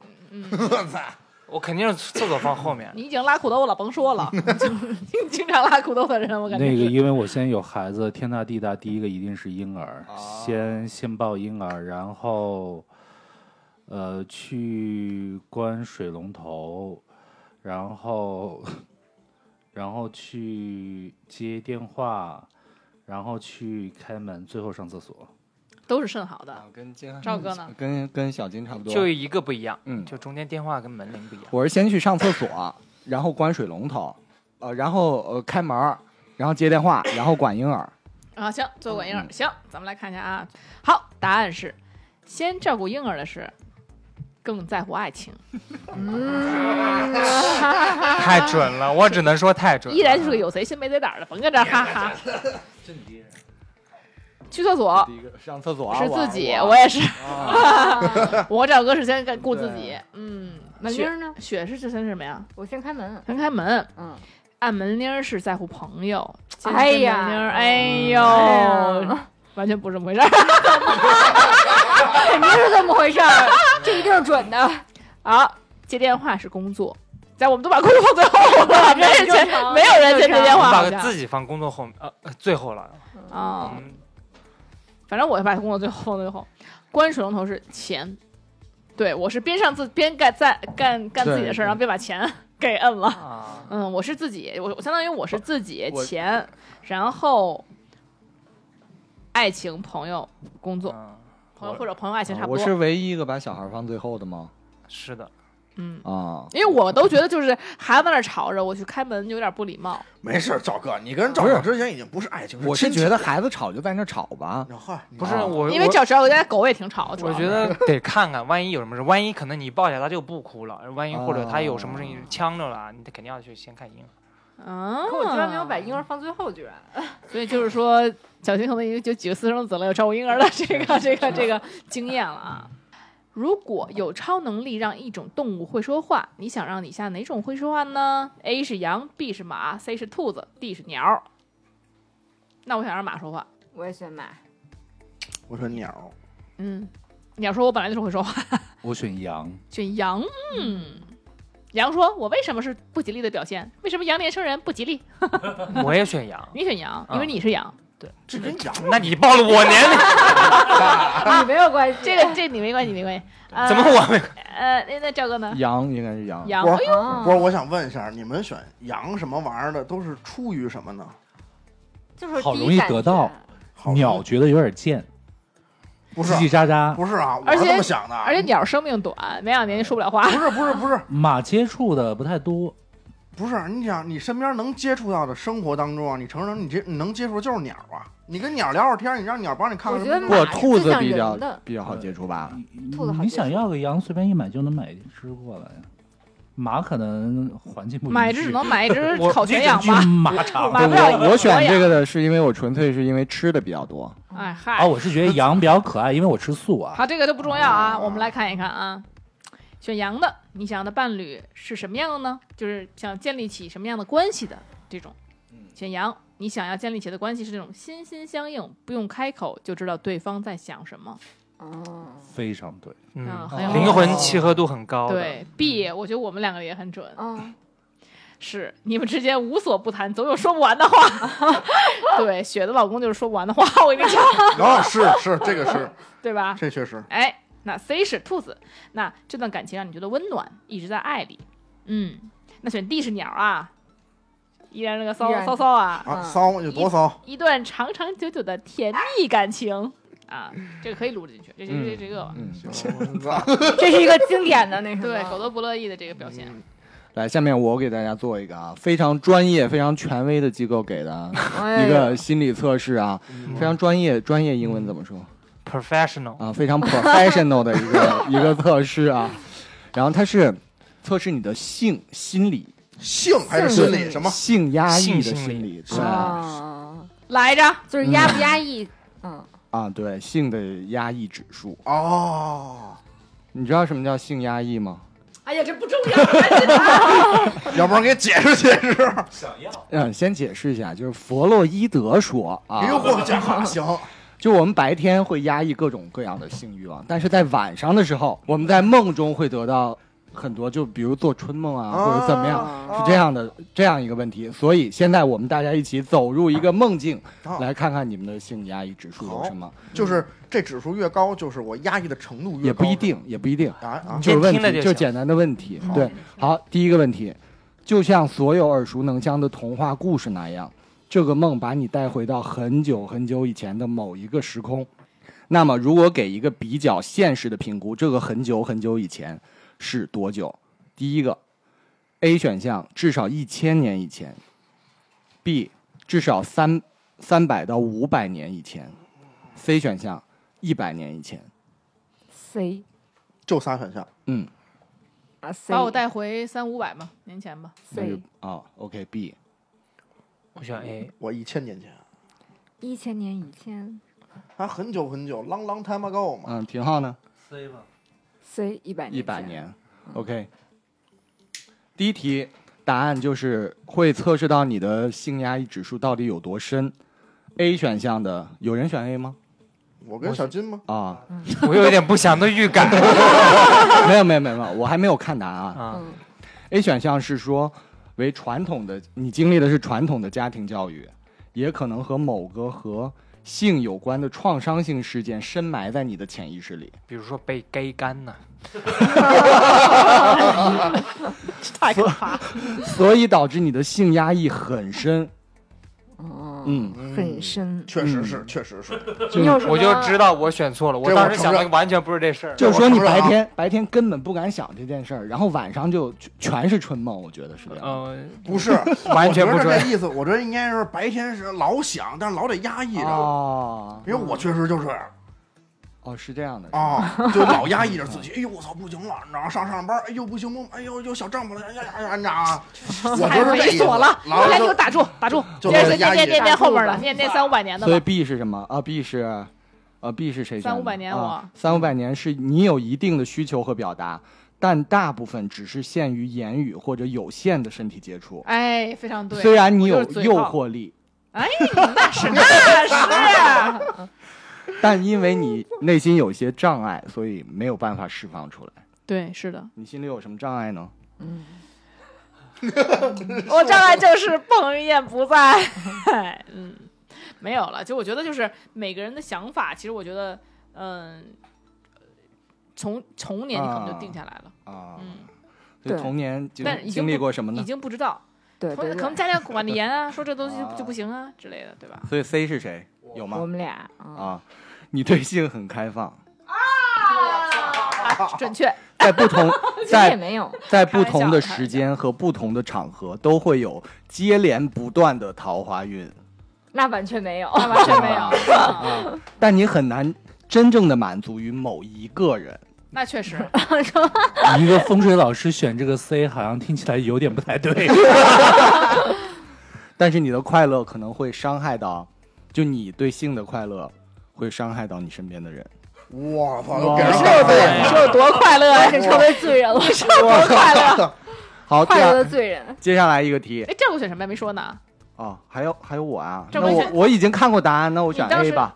我肯定是厕所放
[laughs]
后面。
你已经拉裤兜了，甭说了，经 [laughs] 经常拉裤兜的人，我感觉
那个，
是
因为我现在有孩子，天大地大，第一个一定是婴儿，先先抱婴儿，然后，呃，去关水龙头，然后，然后去接电话，然后去开门，最后上厕所。
都是肾好的。
跟金
赵哥呢？
跟跟小金差不多，
就一个不一样，
嗯
就中间电话跟门铃不一样。
我是先去上厕所，然后关水龙头，呃，然后呃开门儿，然后接电话，然后管婴儿。
啊，行，做管婴儿。
嗯
行，咱们来看一下啊。好，答案是先照顾婴儿的是更在乎爱情，
啊
啊
太准了，我只能说太准了。
依然就是个有贼心没贼胆儿的，甭跟这儿哈哈。去厕所
第一个上厕所
啊
啊
是自己，
我啊
我也是，我赵哥是先干顾自己
对。
嗯，
门铃
雪
儿呢？
雪是是先什么呀？
我先开门。
先开门，
嗯，
按门铃儿是在乎朋友。先
哎呀
按门铃儿哎呦，
哎呀
完全不是这么回事儿。
[laughs] 肯定是这么回事 [laughs] 儿，这一定是准的。
好，接电话是工作，在我们都把工作放最后
[laughs]
了，没人接
正，常
没有人接接电
我
话，好
把
像
自己放工作后面，呃，呃最后了。
啊、
嗯，
反正我把工作最后放最后。关水龙头是钱，对我是边上自边干在干干自己的事儿，
对
然后边把钱 [laughs] 给摁了。
啊，
嗯，我是自己，我我相当于我是自己
我
钱，然后爱情、朋友、工作，
嗯
朋友
我
或者朋友爱情差不
我
多。
是唯一一个把小孩放最后的吗？
是的，
嗯，
啊，
因为我都觉得就是孩子在那儿吵着，我去开门有点不礼貌。
没事儿，赵哥，你跟赵
不是
哥之前已经不是爱情，
我是
亲情
觉得。孩子吵就在那吵吧。
然后
不是
啊
我，
因为
我
找找我家狗也挺吵，主
我
要
觉得得看看，万一有什么事，万一可能你抱起来他就不哭了，万一或者他有什么事
啊
情呛着了，你肯定要去先看婴儿。
啊，
可我居然没有把婴儿放最后，居然。
所以就是说，小青可能已经就举私生子了，有照顾婴儿的这 [laughs] 个这个这个经验了啊。如果有超能力让一种动物会说话，你想让以下哪种会说话呢？A 是羊，B 是马，C 是兔子，D 是鸟。那我想让马说话。
我也选 [laughs] 买。
我说鸟，
嗯，鸟说：“我本来就是会说话。
我选羊，”
选羊。嗯，羊说：“我为什么是不吉利的表现？为什么羊年生人不吉利
我也选羊？”，
你选羊，因为你是羊。
这跟
嗯
羊
那你暴露我
[laughs]
年龄，
你没有关系，
这个这你没关系，没关系。呃
怎么我没
呃，那那赵哥呢？
羊应该是羊，
羊，
我
哎呦，
啊 [laughs]
不是，我想问一下，你们选羊什么玩意儿的，都是出于什么呢？
就是
好
第一
容易
感
得
觉
到
好
鸟觉得有点贱，
不是
叽叽喳喳。
不是啊，我
而
是
且
这么想的，
而且鸟生命短，没两年就说不了话
不。是不是不是，
马接触的不太多，
不是，你想你身边能接触到的生活当中啊，你成人你接你能接触就是鸟啊，你跟鸟聊会儿天儿，你让鸟帮你看
我
看
觉
什
得
么
马
不，
是
兔
最
子
像
比较
人的，
比较好接触吧？
兔子好
你
接触
想要个羊，随便一买就能买一只过来呀。马可能环嗯境不允
买只只
许
能买一只
我
烤全羊
去
吧，
马场。
买不了一
我
个
我选这
个。
个的是因为我纯粹是因为吃的比较多。
哎
啊，
嗨，
我是觉得羊比较可爱，因为我吃素啊。
好，这个都不重要啊，
哦
我们来看一看啊。选羊的，你想要的伴侣是什么样的呢？就是想建立起什么样的关系的这种。
嗯
选羊，你想要建立起的关系是这种心心相印，不用开口就知道对方在想什么。
哦，
非常对，
嗯
啊很有，
灵魂契合度很高的。
嗯
对 B，我觉得我们两个也很准，
嗯，
是你们之间无所不谈，总有说不完的话。
[laughs]
[laughs] 对，雪的老公就是说不完的话，我跟你讲，
啊，是是，这个是，
对吧？
这确实，
哎，那 C 是兔子，那这段感情让你觉得温暖，一直在爱里。嗯，那选 D 是鸟啊，依然是个骚
依然
骚骚啊，
啊，
嗯
骚有多骚？
一段长长久久的甜蜜感情啊，这个可以录进去，这这这这个吧。
嗯，
这是一个经典的那什么，
对，狗都不乐意的这个表
嗯
现，
来，下面我给大家做一个啊，非常专业、非常权威的机构给的啊
哎
一
呦
个心理测试啊，
嗯
非常专业，专业英文怎么说？
professional，
啊，
[laughs]
非常 professional 的一个一个测试啊。然后它是测试你的性心理，
性还是心理？什么？
性压抑的
性心
心
理
理，对
啊，
来着，
就是压不压抑，嗯，
啊，对性的压抑指数。
哦，
你知道什么叫性压抑吗？
哎呀，这不重要，
要不然给解释解释。
嗯，先解释一下，就是弗洛伊德说啊
哎，呦，我家伙，行，
就我们白天会压抑各种各样的性欲啊望，但是在晚上的时候，我们在梦中会得到很多，就比如做春梦啊，或者怎么样，
啊
是这样的这样一个问题。所以现在我们大家一起走入一个梦境，
啊
来看看你们的性压抑指数有什么，
就是这指数越高，就是我压抑的程度越高。
也不一定，也不一定，
啊啊，
就是问
听着
题，
就行
就简单的问题。对，好，第一个问题，就像所有耳熟能详的童话故事那样，这个梦把你带回到很久很久以前的某一个时空。那么，如果给一个比较现实的评估，这个很久很久以前是多久？第一个，A 选项至少一千年以前，B 至少三三百到五百年以前，C 选项一百年以前。
C
就仨选项。
嗯，
啊 C，
把我带回三五百吧，年前吧。
那就
C
哦，OK，B。
我选 A，
我一千年前，
一千年以前
还很久很久，long long time ago 嘛。
嗯，廷浩呢？
C 吧，
，C 一百年，
一百，年。OK，第一题答案就是会测试到你的性压抑指数到底有多深。A 选项的有人选 A 吗？
我跟小金吗？
啊，
我有一点不祥的
[laughs]
预感
没有没有没有，没有，我还没有看答案啊。
啊。
嗯
A 选项是说为传统的，你经历的是传统的家庭教育，也可能和某个和性有关的创伤性事件深埋在你的潜意识里。
比如说被 gay 干呢，
太可怕了！
所以导致你的性压抑很深。
哦，
嗯，
很深，
确实是，确实是。
你有什么
我就知道我选错了。我
这我
当时想
承
的
认
完全不是这事儿。
就是说你
我承认
白
啊
天白天根本不敢想这件事儿，然后晚上就全全是春梦，我觉得是这样。
嗯，
不是，
完全
我
不
觉得
准。
这意思，我觉得应该是白天是老想，但是老得压抑着。
哦
因为我确实就是
哦，是这样的。
啊，就老压抑着自己。哎呦，我操，不行了，你知道上上班，哎呦不行，我哎呦有小丈夫了，哎呀呀呀，你知道啊？我就是
太
这
猥
意思
琐了，
老
来，你给我
就
打住，打住！
就
接着
老
念
压
念
抑
念
着。
念后边的，念念三五百年的
所以
吧。
B 是什么啊？B 是，呃，B 是谁选的？
三五百年我
啊三五百年是你有一定的需求和表达，但大部分只是限于言语或者有限的身体接触。
哎，非常对。
虽然你有
我就是嘴
诱
炮
惑力，
哎，那是那是，啊
但因为你内心有些障碍，所以没有办法释放出来。
[laughs] 对，是的，
你心里有什么障碍呢？
[laughs] 我障碍就是彭于晏不在， [laughs] 嗯，没有了。就我觉得就是每个人的想法，其实我觉得，嗯，从从年你可能就定下来了，
啊，
嗯，
所以
对
童年经
但已经
经历
不
过什么呢
已？经不知道，
对
可
对
能可能
对，
家长管的严 [laughs] 啊，说这东西就就不行啊之类的，对 [laughs] 吧？
所以 C 是谁？有
我
吗？
们俩啊， [laughs]
啊，你对性很开放，
[laughs] 啊，准确，
在不
[laughs]
同
其实也
在
没有，
在不同
开玩
的
笑
时间和不同的场合，都会有接连不断的桃花运，
那完全没有。
完全没有。 [laughs] 啊
但你很难真正的满足于某一个人。
那确实，
一个风水老师选这个 C，好像听起来有点不太对。
但是你的快乐可能会伤害到，就你对性的快乐会伤害到你身边的人。
我操，都给人
哇
干废
哎
了
呀
你说有多快乐啊！
我是成为罪人了，是吧
我操！
好，第
快乐的
二，
罪人。
接下来一个题
哎，这我选什么呀？没说 [laughs] 呢。
哦，还有还有我啊，
这
那
完
我
全
我已经看过答案，那我选
你当
A
时 [laughs]
吧。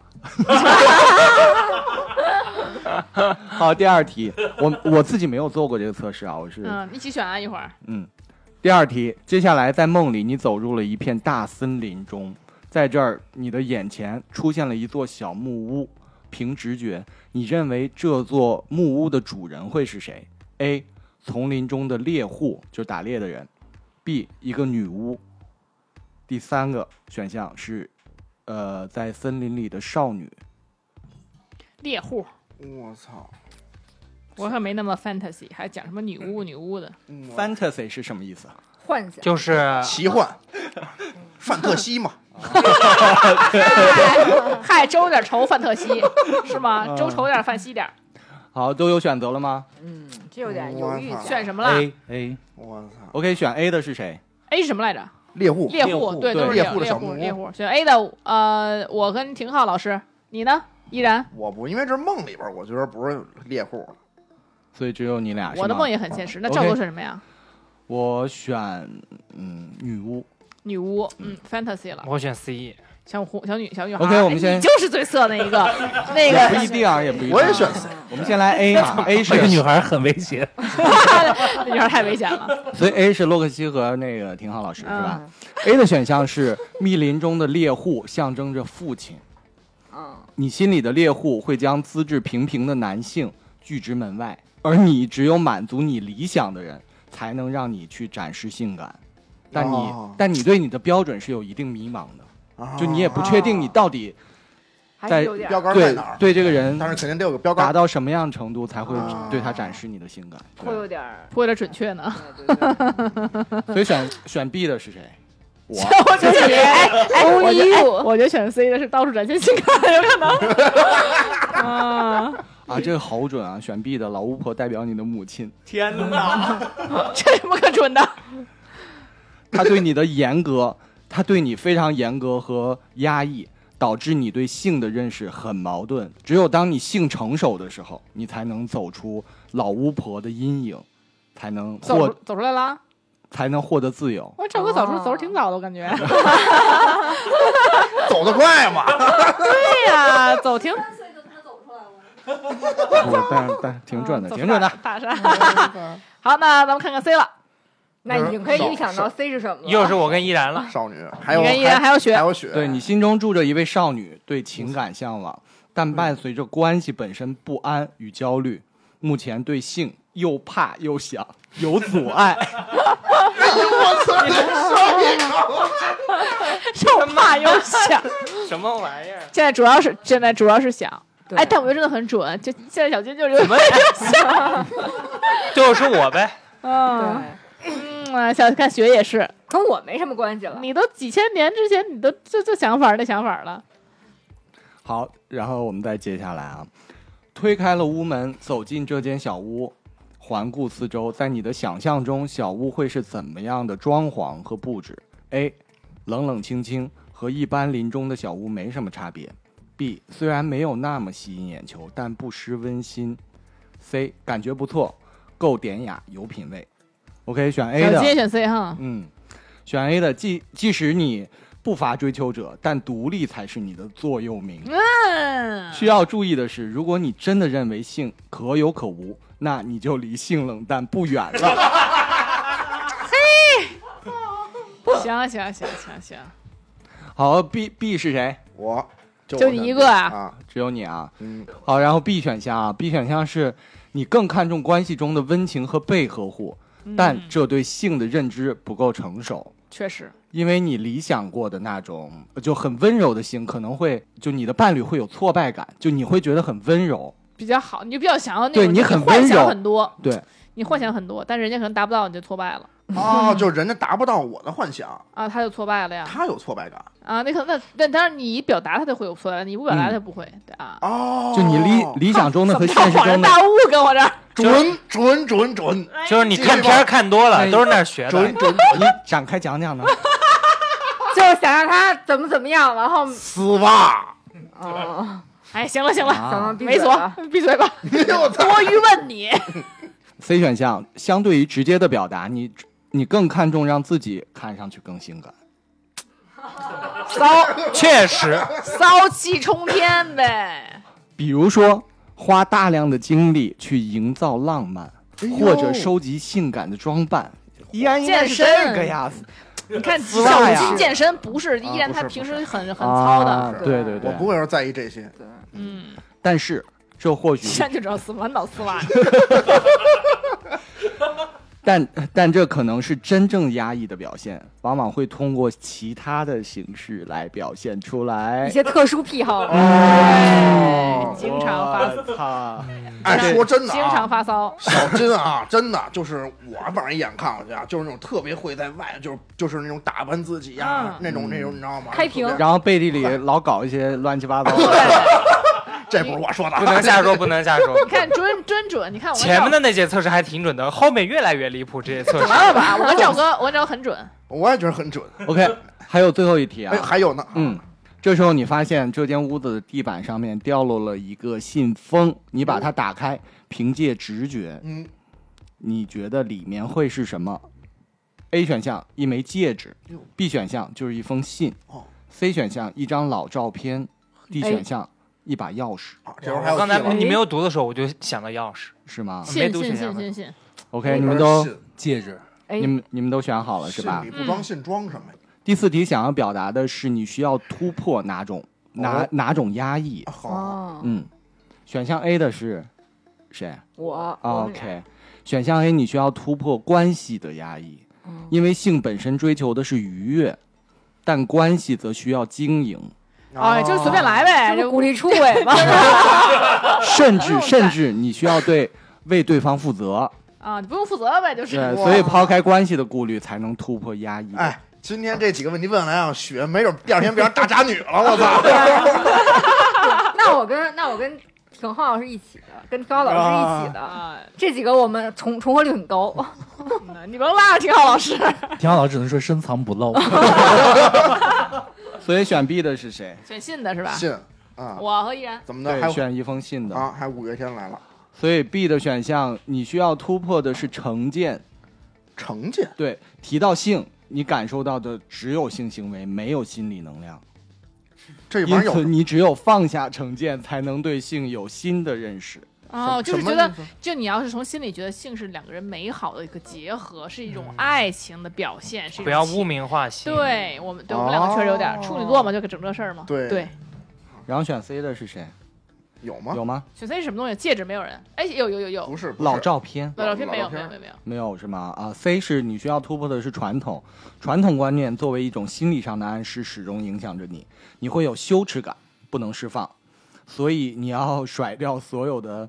好，第二题，我我自己没有做过这个测试啊，我是
嗯，一起选啊，一会儿。
嗯，第二题，接下来在梦里你走入了一片大森林中，在这儿你的眼前出现了一座小木屋，凭直觉，你认为这座木屋的主人会是谁？A. 丛林中的猎户，就是打猎的人；B. 一个女巫。第三个选项是，呃，在森林里的少女。
猎户，
我操！
我可没那么 fantasy，还讲什么女巫女 [laughs] 巫的。
[laughs]
我
Fantasy 是什么意思啊？
幻想，
就是
奇幻，范特西嘛，
嗨，周有点愁范特西是吗？周愁有点范西点儿，
好，都有选择了吗
嗯，这有点犹豫一
我
下。
选什么
哎
了
A A，
我操！
？OK，选 A 的是谁？
？A 是什么来着？
猎户，
猎
猎户
对，
对
都是
猎
猎
户的
猎
小木
户
屋
猎户。选 A 的，呃，我跟廷浩老师，你呢？依然，
啊
我不，因为这梦里边，我觉得不是猎户，啊
所以只有你俩。是
我的
吗
梦也很现实。那
OK
赵哥选什么呀？
我选嗯女巫。
女巫，嗯，fantasy 了，
我选 C，
小红小女小女孩。
OK，我们
哎
先
你就是最色那一
[laughs]
个，那
也不
个
一定啊，也不一定。
我也选哎 C。
我们先来 A
[laughs]
嘛，A
这个女
是，
孩很危险。
那女孩太危险了。
所以 A 是洛克希和那个廷浩老师是
嗯
吧？A 的选项是密林中的猎户，象征着父亲。
嗯，
你心里的猎户会将资质平平的男性拒之门外，而你只有满足你理想的人，才能让你去展示性感。但你、
哦
但你对你的标准是有一定迷茫的，就你也不确
哦
定你到底
还
在
是有点
啊标杆在
对
哪儿？
对这个人
但是肯定得有个标
达
杆。
到什么样程度才会
啊
对他展示你的性感？
会有点儿。
会有点准确呢，
对对对
所以选选 B 的是谁？我
[laughs] 我觉得你哎哎，我觉
Only
得哎
you
我觉得选 C 的是到处展现性感，有可能。
[laughs]
啊，
啊，这个好准啊！选 B 的老巫婆代表你的母亲，
天哪！
这有什么可准的？
她对你的严格，她对你非常严格和压抑，导致你对性的认识很矛盾。只有当你性成熟的时候，你才能走出老巫婆的阴影，才能
走
获
出走出来了啊，
才能获得自由。
我赵哥走
啊
出
哦
走出挺早的，我感觉。
走得快
[laughs]
嘛，
对呀，走挺
我但但挺准
啊
的，挺准的。，
大山。 [laughs] 好，那咱们看看 C 了，
那已经可以预想到 C 是什么了。
又是我跟依然了，
少女，还
你
有
跟依然还
还
要学
还，有雪，
对你心中住着一位少女，对情感向往，但伴随着关系本身不安与焦虑，目前对性又怕又想，有阻碍。
我操，少女
又怕又想。
什么玩意儿？
[laughs] 现在主要是现在主要是想，
对
哎，但我觉得真的很准，就现在小金就是 [laughs]
怎么最后是我呗？
嗯
对，
嗯啊，想看雪也是，
跟我没什么关系了。
你都几千年之前，你都这这想法儿那想法儿了，
好，然后我们再接下来啊，推开了屋门，走进这间小屋，环顾四周，在你的想象中，小屋会是怎么样的装潢和布置？A，冷冷清清，和一般林中的小屋没什么差别。B，虽然没有那么吸引眼球，但不失温馨。C，感觉不错，够典雅，有品味。OK，选 A 的
小。金选 C 哈，
嗯，选 A 的，即即使你不乏追求者，但独立才是你的座右铭。
嗯，
需要注意的是，如果你真的认为性可有可无，那你就离性冷淡不远了。
行行行行行，
好，B B 是谁？
[laughs] 我就
就
我
你
选
一
B
个啊
啊，
只有你啊。
嗯，
好，然后 B 选项啊，B 选项是你更看重关系中的温情和被呵护，但
嗯
这对性的认知不够成熟。
确实，
因为你理想过的那种就很温柔的性，可能会就你的伴侣会有挫败感，就你会觉得很温柔，
比较好，你就比较想要那
对
种，
你很
很幻
温
想
柔
多，
对
你幻想很多，但人家可能达不到，你就挫败了
哦，就人家达不到我的幻想，
啊，他就挫败了呀
他有挫败感。
啊，那可那那当然你表达他就会有挫败，你不表达他就不会，对啊。
哦，
就你理理想中的和现实
恍然 [laughs]
中的，
大悟，跟我这儿
准准准准
就是你看片儿看多
哎
了，都是那儿学的
准。准，
你展开讲讲呢？
就是想让他怎么怎么样，然后
丝袜，
嗯，
哎，行了行
啊
了，
咱们闭
没
嘴
错
吧。，
闭
[laughs]
嘴吧，
哎
我操！
多余问你。
C 选项相对于直接的表达，你你更看重让自己看上去更性感。
确实，
骚气冲天
[laughs]
呗。
比如说，花大量的精力去营造浪漫，或
哎
者收集性感的装扮，哎依然应该是
健身
这个样子。
你看
丝
小
袜呀
金健身不是依然
不
他
是
平
不
时
是
很很糙
啊
的，
对对对
我不会说在意这些，
嗯，
但是这或许
一
是
看就知道丝袜，脑丝
[laughs]
袜。
但但这可能是真正压抑的表现，往往会通过其他的形式来表现出
一
来。
些特殊癖好，
哦
哎经常发，
我操！
哎，说真的
经常
啊，
发
[laughs]
骚，
小金啊，真的就是我反正一眼看过去啊，就是那种特别会在外，就是就是那种打扮自己呀
嗯，
那种那种，你知道吗？
啊开屏
特别
然后背地里老搞一些乱七八
[laughs]
糟的。
这不是我说的啊，
不能瞎说，不能瞎说。
你看准准准，你看我跟
前
赵
面的那些测试还挺准的，后面越来越离谱。这些测试
完了吧？啊我跟赵哥，我跟赵很准，
[laughs] 我也觉得很准。
OK，还有最后一题啊
哎，，还有呢，
嗯，这时候你发现这间屋子的地板上面掉落了一个信封，你把它打开，凭借直觉，
嗯，
你觉得里面会是什么？A 选项一枚戒指
哟
，B 选项就是一封信
哦
，C 选项一张老照片，D
哎
选项一把钥匙，
啊
[laughs]
这时候还有
我刚才
戏了
你没有读的时候，我就想到钥匙。
是吗
没
信
读
信
选
信
项
信信，
？OK，你们都
信
戒指，
哎
你们你们都选好了是吧
信？里不
嗯
装信装什么呀？
第四题想要表达的是你需要突破哪种哪哪种压抑？
好，
哦，
嗯，选项 A 的是谁？
我我们俩
哦 OK，选项 A 你需要突破关系的压抑，
嗯
因为性本身追求的是愉悦，但关系则需要
[laughs]
经营，
哎，就随便来
哦
呗，
这
就
不鼓励出轨吗？
甚至
很好
甚至你需要对为对方负责。
啊，你不用负责呗，就是
对，所以抛开关系的顾虑，才能突破压抑。
哎，今天这几个问题问来让学，没准第二天变成大渣女了，我
[laughs]
操！
[laughs] 那我跟那我跟廷浩老师一起的，跟高老师一起的，
啊，
这几个我们重重合率很高。 [laughs]
嗯你甭拉着挺好，老师。
挺好，只能说深藏不露。
嗯
所以选 B 的是谁？
[laughs] 选信的是吧？
信啊，
我和依然
怎么的？还
对，
有
选一封信的。
啊，还有五月天来了，
所以 B 的选项，你需要突破的是成见。
成见
对，提到性，你感受到的只有性行为，没有心理能量。
这
因
玩意
此，
儿
你只有放下成见，才能对性有新的认识。
嗯
哦，就是
什么
觉得，就你要是从心里觉得性是两个人美好的一个结合，是一
嗯
种爱情的表现，是一种
不要
情
污。名化性。
对我们，对我们两个确实有点
哦
处女座嘛，就给整这事儿嘛。
对
对，
然后选 C 的是谁？
有吗？
有吗？
选 C 是什么东西？戒指没有人，哎，有有有有
不，是不是
老照片
老照片
老
没有
照
没
片
有没有没有。
没有是吗？啊，C 是你需要突破的是传统，传统观念作为一种心理上的暗示，始终影响着你，你会有羞耻感，不能释放，所以你要甩掉所有的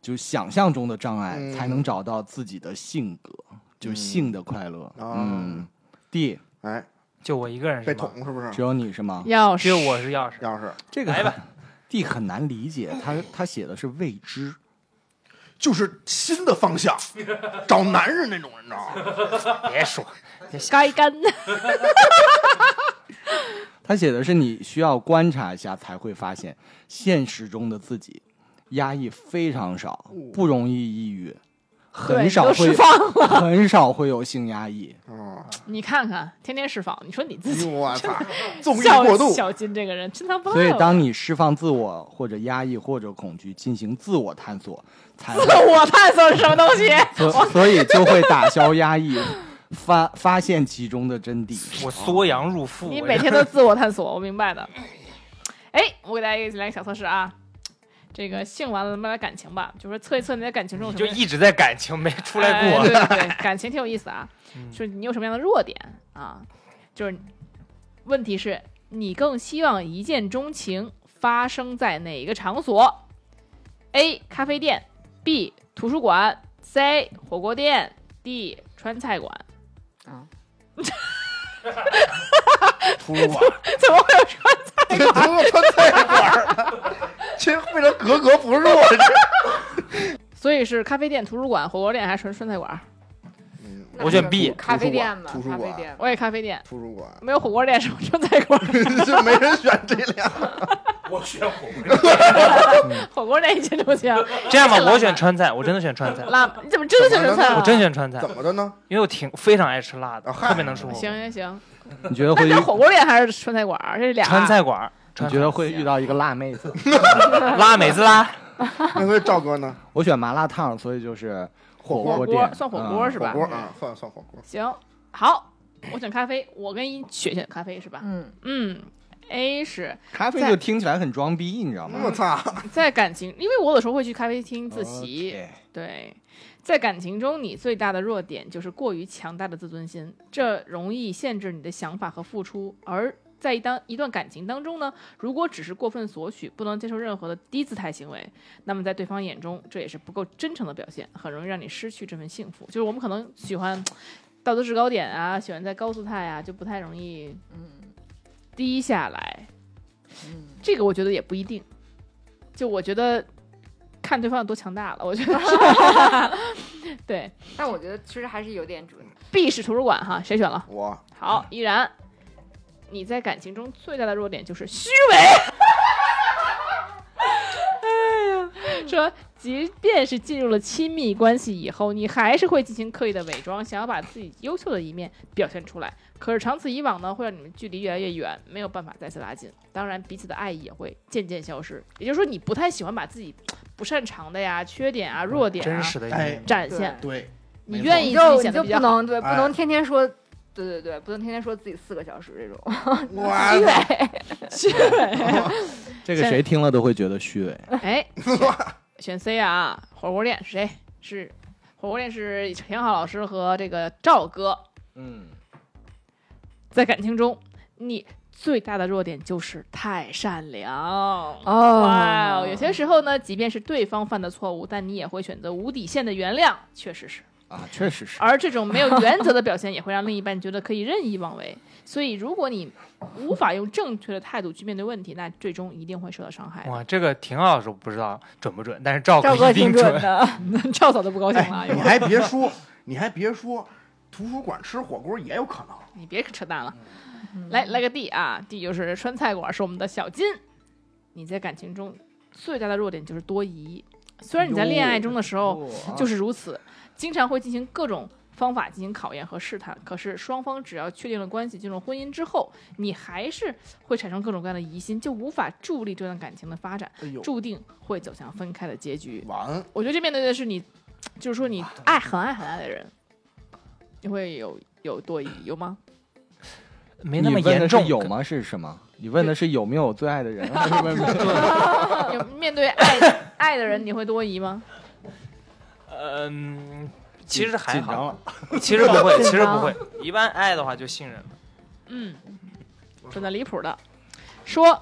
就想象中的障碍，
嗯
才能找到自己的性格，就
嗯
性的快乐。
啊
嗯，D
哎，
就我一个人
被
是吗
捅？是不是？
只有你是吗？
钥
只有我是钥匙。
要是
这个
来吧
D 很难理解，他他写的是未知。
就是新的方向，找男人那种，你知道吗？ [laughs]
别说，
该干。
他写的是你需要观察一下才会发现现实中的自己，压抑非常少，不容易抑郁，
哦对
很少
你就
会
释放
很少会有性压抑。
嗯，哎
你看看，天天释放，你说你自己
我操，纵欲
小
过度，
小金这个人深藏不
所以
露，
当你释放自我或者压抑或者恐惧，进行自我探索，才
自 [laughs] 我探索是什么东西？
所所以就会打消压抑，发发现其中的真谛。
我缩阳入腹。
你
我
每天都自我探索，我 [laughs] 明白的。哎，我给大家一起来个小测试啊，这个性完了，咱们来感情吧，就说测一测你在感情中有
你
什
就
么
一直在感情没出来
哎
过。
对对 [laughs] 对，感情挺有意思啊，
嗯
就是你有什么样的弱点啊？就是问题是你更希望一见钟情发生在哪个场所 A 咖啡店，B 图书馆，C 火锅店，D 川菜馆。
图书馆，
怎么会有川？
这图书川菜馆儿，这为什么格格不入？啊这
所以是咖啡店、图书馆、火锅店还是川川菜馆？
嗯，
我选 B
咖啡店吧，
图书
咖
馆
啡店。
我也咖啡店，
图书馆
没有火锅店，是川菜馆。
[laughs] 就没人选这俩。
我选火锅。
[laughs] 火锅店以前流行。
这样吧，我选川菜，我真的选川菜，
辣，你怎么真的选川菜了？啊
我真选川菜，
[laughs] 怎么的呢？ [laughs]
因为我挺非常爱吃辣的，
啊嗨
特别能吃火锅。
行行行，
你觉得
[laughs] 那
会
是火锅店还是川菜馆儿？这是俩。
川菜馆儿，
你
川
觉得会遇到一个辣妹子？
拉美滋拉，
那所以赵哥 [laughs] 呢？
我选麻辣烫，所以就是火
火
锅店，
算火
嗯
锅是吧？
火锅啊，算算火锅。
行，好，我选咖啡，我跟一雪选咖啡是吧？
嗯，
嗯，A 是
咖啡
在
就听起来很装逼，你知道吗？
我操！ [laughs]
在感情，因为我有时候会去咖啡厅自习。
OK
对，在感情中，你最大的弱点就是过于强大的自尊心，这容易限制你的想法和付出。而在一当一段感情当中呢，如果只是过分索取，不能接受任何的低姿态行为，那么在对方眼中，这也是不够真诚的表现，很容易让你失去这份幸福。就是我们可能喜欢道德制高点啊，喜欢在高姿态啊，就不太容易低下来。这个我觉得也不一定，就我觉得看对方有多强大了，我觉得是对。
但我觉得其实还是有点准。
B 是图书馆哈，谁选了？
我
嗯
好，依然，你在感情中最大的弱点就是虚伪。哎呀，说即便是进入了亲密关系以后，你还是会进行刻意的伪装，想要把自己优秀的一面表现出来。可是长此以往呢，会让你们距离越来越远，没有办法再次拉近。当然，彼此的爱意也会渐渐消失。也就是说，你不太喜欢把自己不擅长的呀、缺点啊、弱点啊
真实的一
哎
面。
展
对
现。
对，
你
没错
愿意
你
自己
就你
显得
就
比较
不
好。
能对，不
哎
能天天说，对对对，不能天天说自己四个小时这种
[laughs] 我
虚伪。
虚
[laughs]
伪。
这个谁听了都会觉得虚伪。
哎，选选 C 啊，火锅店是谁？是火锅店是陈浩老师和这个赵哥。
嗯，
在感情中，你最大的弱点就是太善良。哇
哦
哦，有些时候呢，即便是对方犯的错误，但你也会选择无底线的原谅。确实是。
啊，确实是。
而这种没有原则的表现也会让另一半觉得可以任意妄为。所以，如果你无法用正确的态度去面对问题，那最终一定会受到伤害的。
哇，这个廷浩老师我不知道准不准，但是赵
赵
哥
哥
一定
挺准的，
赵嫂都不高兴了，啊
哎，
一
你
会儿
还别说，你还别说，图书馆吃火锅也有可能。
你别扯淡了。来来个 D 啊，D 就是川菜馆，是我们的小金。你在感情中最大的弱点就是多疑，虽然你在恋爱中的时候就是如此，经常会进行各种方法进行考验和试探。可是双方只要确定了关系，进入婚姻之后，你还是会产生各种各样的疑心，就无法助力这段感情的发展，
哎呦，
注定会走向分开的结局。
完，
我觉得这面对的是你，就是说你爱很爱很爱的人，你会有有多疑有吗？
没
你
那么
问的
严
是
重。
有吗？是什么？你问的是有没有最爱的人？不是不是不
[laughs]
是
有面对爱爱的人，你会多疑吗？
嗯，其实还
紧张
好，
了。
其实不会，
[laughs]
紧
其实不
张
会。一般爱的话就信任了。
嗯，真的离谱的。说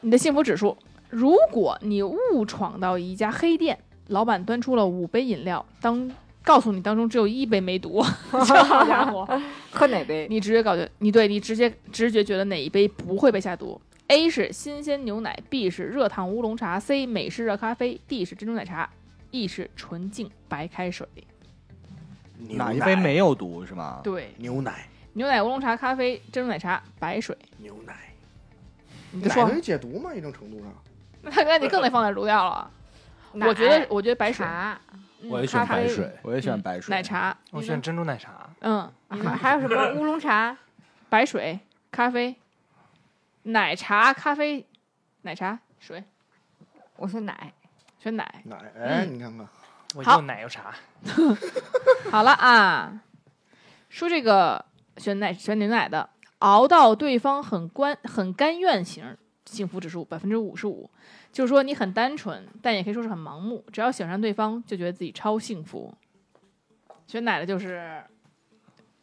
你的幸福指数，如果你误闯到一家黑店，老板端出了五杯饮料，当告诉你当中只有一杯没毒，好家伙！
喝哪杯？
你直觉搞觉，你对你直接直觉觉得哪一杯不会被下毒？A 是新鲜牛奶，B 是热烫乌龙茶，C 美式热咖啡，D 是珍珠奶茶，E 是纯净白开水。
[laughs] 哪一杯没有毒是吗？
对，
牛奶？
牛奶乌龙茶、咖啡、珍珠奶茶、白水，
牛奶，
你就
奶
说，
能解毒吗？一定程度上，
[laughs] 那他那你更得放点毒药了。我觉得，我觉得白水，
茶，
嗯
我也
咖
选白
啡
水，
我也选白
嗯
水。
奶。茶，
我
你
选
呢
珍珠奶茶，
嗯，你
还
呢
还有什么乌龙茶？
白水、咖啡、奶茶、咖啡、奶茶、水，
我选奶。
选奶。
奶，哎，
嗯
你看看，
我
好
又奶又茶。
好了啊，说这个选奶选牛奶的，熬到对方很关很甘愿型，幸福指数百分之五十五，就是说你很单纯，但也可以说是很盲目，只要喜欢上对方，就觉得自己超幸福。选奶的就是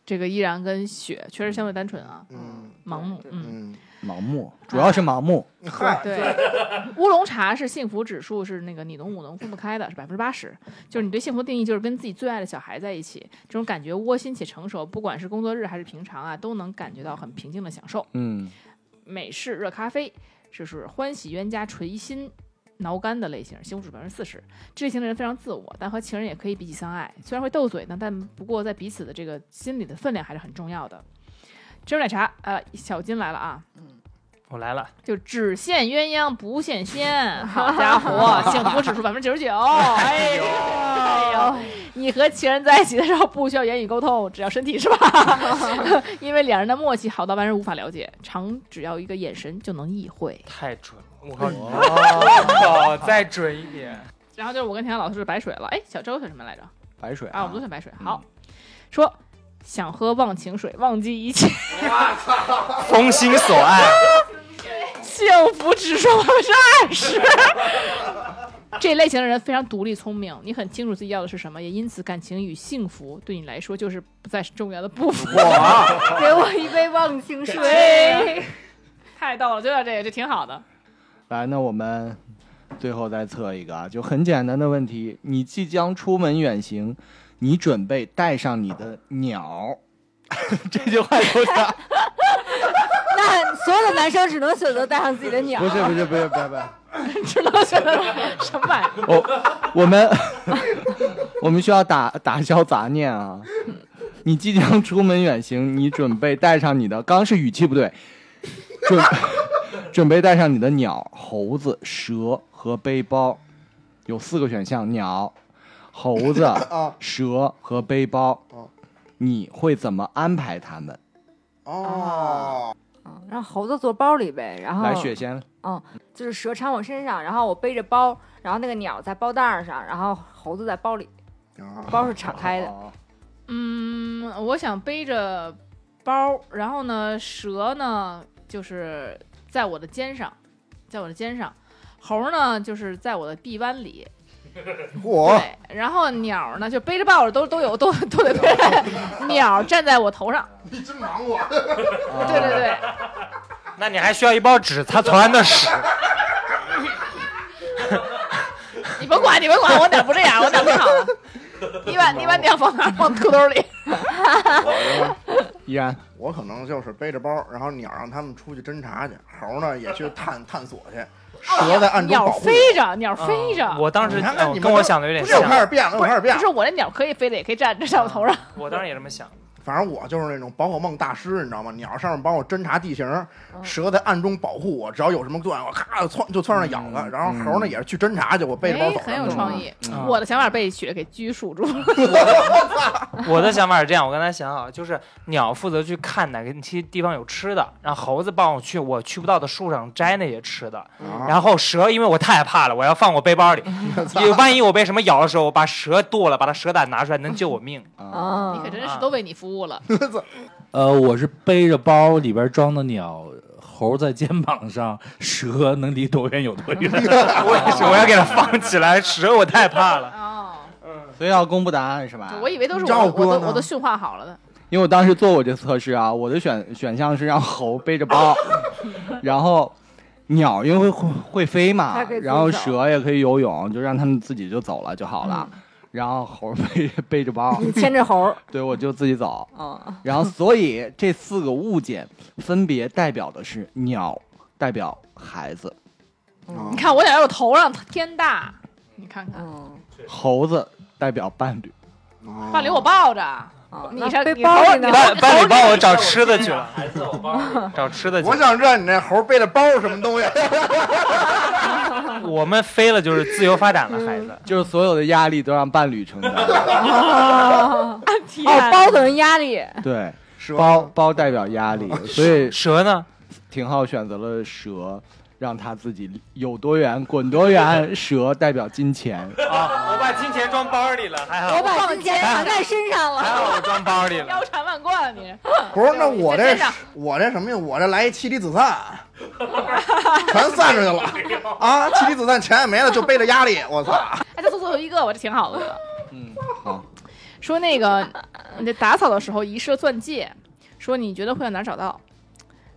这个依然跟雪确实相对单纯啊，
嗯
盲目，嗯，
嗯，
盲目，
啊
主要是盲目。
嗨，
对，乌龙茶是幸福指数是那个你侬我侬分不开的，是百分之八十。就是你对幸福的定义就是跟自己最爱的小孩在一起，这种感觉窝心且成熟，不管是工作日还是平常啊，都能感觉到很平静的享受。
嗯，
美式热咖啡，就是欢喜冤家垂心挠肝的类型，幸福指数百分之四十。这类型的人非常自我，但和情人也可以比起相爱。虽然会斗嘴呢，但不过在彼此的这个心理的分量还是很重要的。珍珠奶茶，呃，小金来了啊，
我来了，
就只羡鸳鸯不羡 [laughs] 仙，好家伙，幸福指数百分之九 [laughs] 十九。哎呦，哎呦，你和情人在一起的时候不需要言语沟通，只要身体是 [laughs] 吧？因为两人的默契好到外人无法了解，常只要一个眼神就能意会。
太准了，我
嗯
靠，我靠，再准一点，
然后就是我跟田阳老师是白水了，哎，小周选什么来着？
白水
啊，我们都选白水。好，说想喝忘情水，忘记一切，
风心所 [laughs] 爱，
幸福指数百分之二十。 [laughs] 这类型的人非常独立聪明，你很清楚自己要的是什么，也因此感情与幸福对你来说就是不再是重要的部分。 [laughs]
哦
给我一杯忘情水。
太逗了，就要这个，这挺好的。
来，那我们最后再测一个啊，就很简单的问题：你即将出门远行，你准备带上你的鸟。 [laughs] 这句话有点
[laughs] 那所有的男生只能选择带上自己的鸟
不。是不是不是不是不是，
[laughs] 只能选择什么玩意儿？
我们 [laughs] 我们需要打打消杂念啊！你即将出门远行，你准备带上你的，刚刚是语气不对，准 [laughs] 准备带上你的鸟、猴子、蛇和背包，有四个选项：鸟、猴子、
啊，
蛇和背包
哦。
你会怎么安排他们？
哦，
嗯让猴子坐包里呗，
哦
然后
来，雪仙，
就是蛇缠我身上，然后我背着包，然后那个鸟在包袋上，然后猴子在包里，
啊，
包是敞开的。
哦
嗯，我想背着包，然后呢，蛇呢就是在我的肩上，在我的肩上，猴呢就是在我的臂弯里，
我
对，然后鸟呢就背着抱着都都有都都得背着，鸟站在我头上，
你真忙活，
啊
对对对，
那你还需要一包纸，他从来那屎，
你甭管你甭管，我哪不这样，我哪不好啊了。你把你把鸟放哪儿？放裤兜里。
依然
我可能就是背着包，然后鸟让他们出去侦查去，猴呢也去探探索 [laughs] 去，蛇在暗中
哎鸟
保护。
飞着，鸟 [laughs] 飞着。
我当时
你看看
哦
你们
跟
都
我想的有点
不是我开
像，
始变了，我
不
开
是
始变
不是
了。
我那鸟可以飞的，也可以站着站我头上。
我当时也这么想，
反正我就是那种保我梦大师，你知道吗？鸟上面帮我侦察地形，
嗯
蛇在暗中保护我，只要有什么作案，我咔窜就窜上咬了。然后猴呢也是去侦察去，我背着包走。
哎很有创意。
嗯
我的想法被雪给拘束住了。
我的想法是这样，我刚才想好，就是鸟负责去看哪个些地方有吃的，然后猴子帮我去我去不到的树上摘那些吃的，
啊
然后蛇因为我太怕了，我要放我
[laughs]
背包里，也万一我被什么咬的时候，我把蛇剁了，把它蛇胆拿出来，能救
[laughs]
我命。
啊，
啊
哦你可真是都为你服务了。
呃，我是背着包，里边装的鸟，猴在肩膀上，蛇能离多远有多
[laughs]
远。
我也是，我要给它放起来，蛇我太怕了。
哦，
所以要公布答案是吧？
我以为都是
赵
我我
哥
都
呢
我都驯化好了的。
因为我当时做过这测试啊，我的选选项是让猴背着
[laughs]
包，然后鸟因为会会飞嘛
它可以，自己
然后蛇也可以游泳，就让它们自己就走了就好了。
嗯
然后猴背 [laughs] 背着包，
你牵着猴，
[laughs]
对我就自己走。
哦
嗯，
然后所以这四个物件分别代表的是鸟，代表孩子；
你看我俩在我头上，天大！你看看，
嗯，
猴子代表伴侣，
啊
伴侣我抱着，
啊
你
那
上
背
你
包
头
里呢
[laughs] 你？
哦
班班里帮我找吃的去了， [laughs] 找吃的去
我
了。
想知道你那猴背着包是什么东西。
我们飞了就是自由发展了，孩子。
就是所有的压力都让伴侣
[laughs]
承担。
哦，
天
哦，包等于压力，
对，
蛇
包包代表压力，所以
蛇呢？
廷浩选择了蛇，让他自己有多远滚多远。蛇代表金钱，
啊，我把金钱装包里了，还
我
好，
把金钱藏在身
[laughs]
上
还
了。
好我装包里了
腰。缠万贯，你
不是，那我这
你先站
我这什么呀？我这来一妻离子散，全散出去
[laughs]
了啊！妻离子散，钱也没了，就背着压力，我操！
[laughs] 哎，他做最后一个，我这挺好的。
嗯，好，
说 [laughs] 那个你打扫的时候遗失了钻戒，说你觉得会在哪儿找到？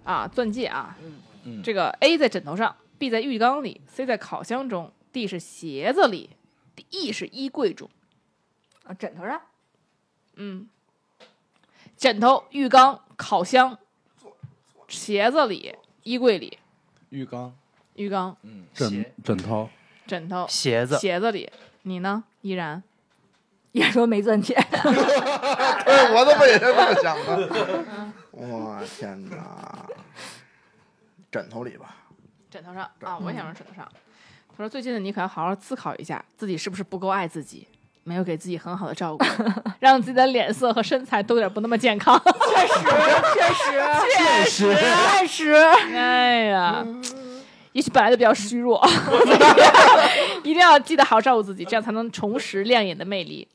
啊，钻戒啊，
嗯
这个 A 在枕头上，B 在浴缸里，C 在烤箱中，D 是鞋子里，E 是衣柜中。
啊，枕头上
嗯，枕头、浴缸、烤箱、鞋子里、衣柜里、
浴缸，
浴缸、
嗯，
枕
鞋
枕头，
枕头、
鞋子，
鞋子里。你呢？依然
也说没钻戒，
对，我怎么也是这么想的。我天哪！枕头里吧，
枕头上啊，
嗯
我也想说枕头上。他说：“最近的你可要好好思考一下，自己是不是不够爱自己，没有给自己很好的照
[laughs]
顾，让自己的脸色和身材都有点不那么健康。
确实，确实，
现实，
确实，嗯
哎呀，也许本来就比较虚
[laughs]
弱，一定要记得好好照顾自己，这样才能重拾亮眼的魅力。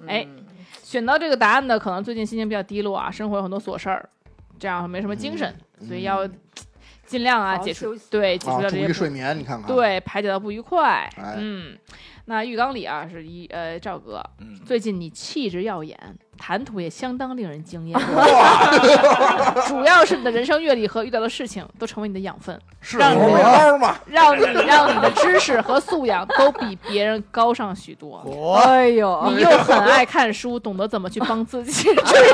嗯
哎，选到这个答案的，可能最近心情比较低落啊，生活有很多琐事儿，这样没什么精神，所以要尽量啊
好好
解除
休息
对解除
嗯啊，
掉
注
这
意
些
睡眠，你看
啊
看。，
对，排解到不愉快。
哎
嗯，那浴缸里啊是一呃赵哥，
嗯
最近你气质耀眼，谈吐也相当令人惊
[laughs]
艳，主要是你的人生阅历和遇到的事情都成为你的养分，
是
让
猴
你
背包嘛？
让你让你的知识和素养都比别人高上许
[laughs]
多。
[laughs] 哎呦，
你又很爱看书，懂得怎么去帮自
[laughs]
己，这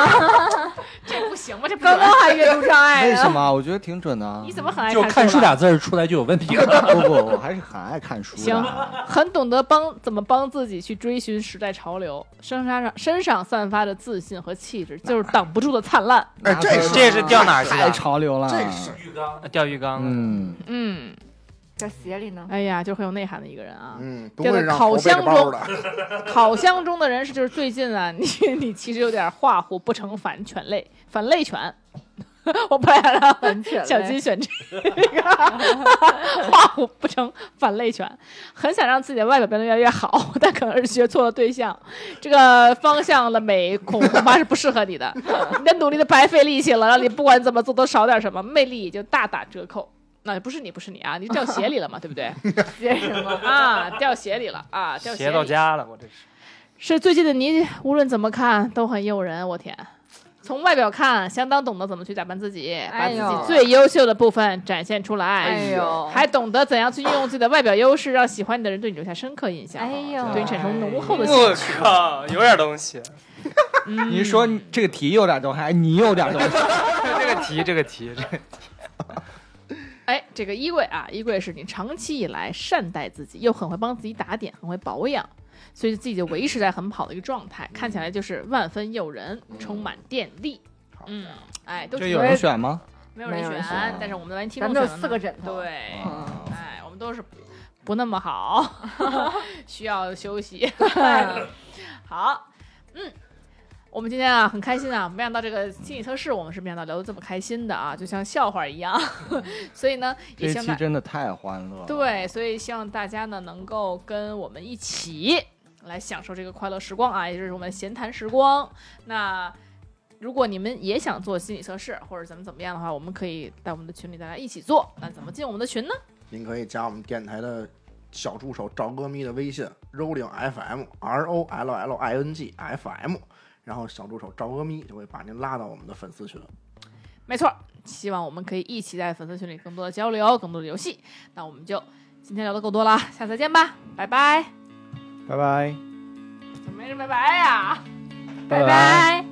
这不行吧？这不
刚
行
刚还阅读障碍
为
呢
什。么啊？我觉得挺准的啊
你。怎么很爱
就
看
看
书
书
了
俩字儿出来就有问
[laughs]
题了。
[laughs] 不不，我还是很爱看书的。啊
行，很懂得帮怎么帮自己去追寻时代潮流，身上身上散发着自信和气质，就是挡不住的灿烂。
哎，这是
这是掉哪儿去
太
的？
潮流了。啊
这是
浴缸，掉浴缸了。
嗯，
嗯，
这鞋里呢？
哎呀，就很有内涵的一个人啊。
嗯，不会让
烤
猴背着
箱
包
中
的。
烤箱中的人是，就是最近啊，你你其实有点画虎不成反犬类，反类犬。我不想让
反犬类
小金选这个，画虎不成反类犬，很想让自己的外表变得越来越好，但可能是学错了对象，这个方向了美恐恐怕是不适合你的，你的努力都白费力气了，让你不管怎么做都少点什么，魅力也就大打折扣。那不是你，不是你啊，你掉鞋里了嘛，对不
[laughs]
对？
鞋什么？
啊，掉鞋里了啊，掉
鞋
里
到家了，我这是。
是最近的你，无论怎么看都很诱人，我天！从外表看，相当懂得怎么去打扮自己，把自
哎呦
己最优秀的部分展现出来，
哎呦，
还懂得怎样去运用自己的外表优势，让喜欢你的人对你留下深刻印象，
哎呦，
对你产生浓厚的兴
我
趣。
靠，有点东西。
哎你是
嗯
说你这个题有点东西，哎，你有点东
[laughs]
西。
[laughs] 这个题，这个题，这个
哎，这个衣柜啊，衣柜是你长期以来善待自己，又很会帮自己打点，很会保养，所以自己就维持在很好的一个状态，
嗯
看起来就是万分诱人，充满电力。嗯，哎，都
这
挺
有人选吗？
没有人
没有人
选
选，啊
但是我们的玩听
咱
众
们有
选了
四个
呢
枕头
对，
哦
嗯
哎，我们都是不那么好，需要休息。 [laughs] 好，嗯，我们今天啊很开心啊，没想到这个心理测试我们是没想到聊得这么开心的啊，就像笑话一样。 [laughs] 所以呢， [laughs] 也
这
希望
期
大
真的太欢乐了。，
对，所以希望大家呢能够跟我们一起来享受这个快乐时光啊，也就是我们闲谈时光。那如果你们也想做心理测试，或者怎么怎么样的话，我们可以在我们的群里大家一起做。那怎么进我们的群呢？
您可以加我们电台的小助手赵阿咪的微信 rolling fm r o l l i n g f m，然后小助手赵阿咪就会把您拉到我们的粉丝群。
没错，希望我们可以一起在粉丝群里更多的交流，更多的游戏。那我们就今天聊的够多了，下次再见吧，拜拜。
拜拜。
怎么没人拜拜呀、
拜拜。
啊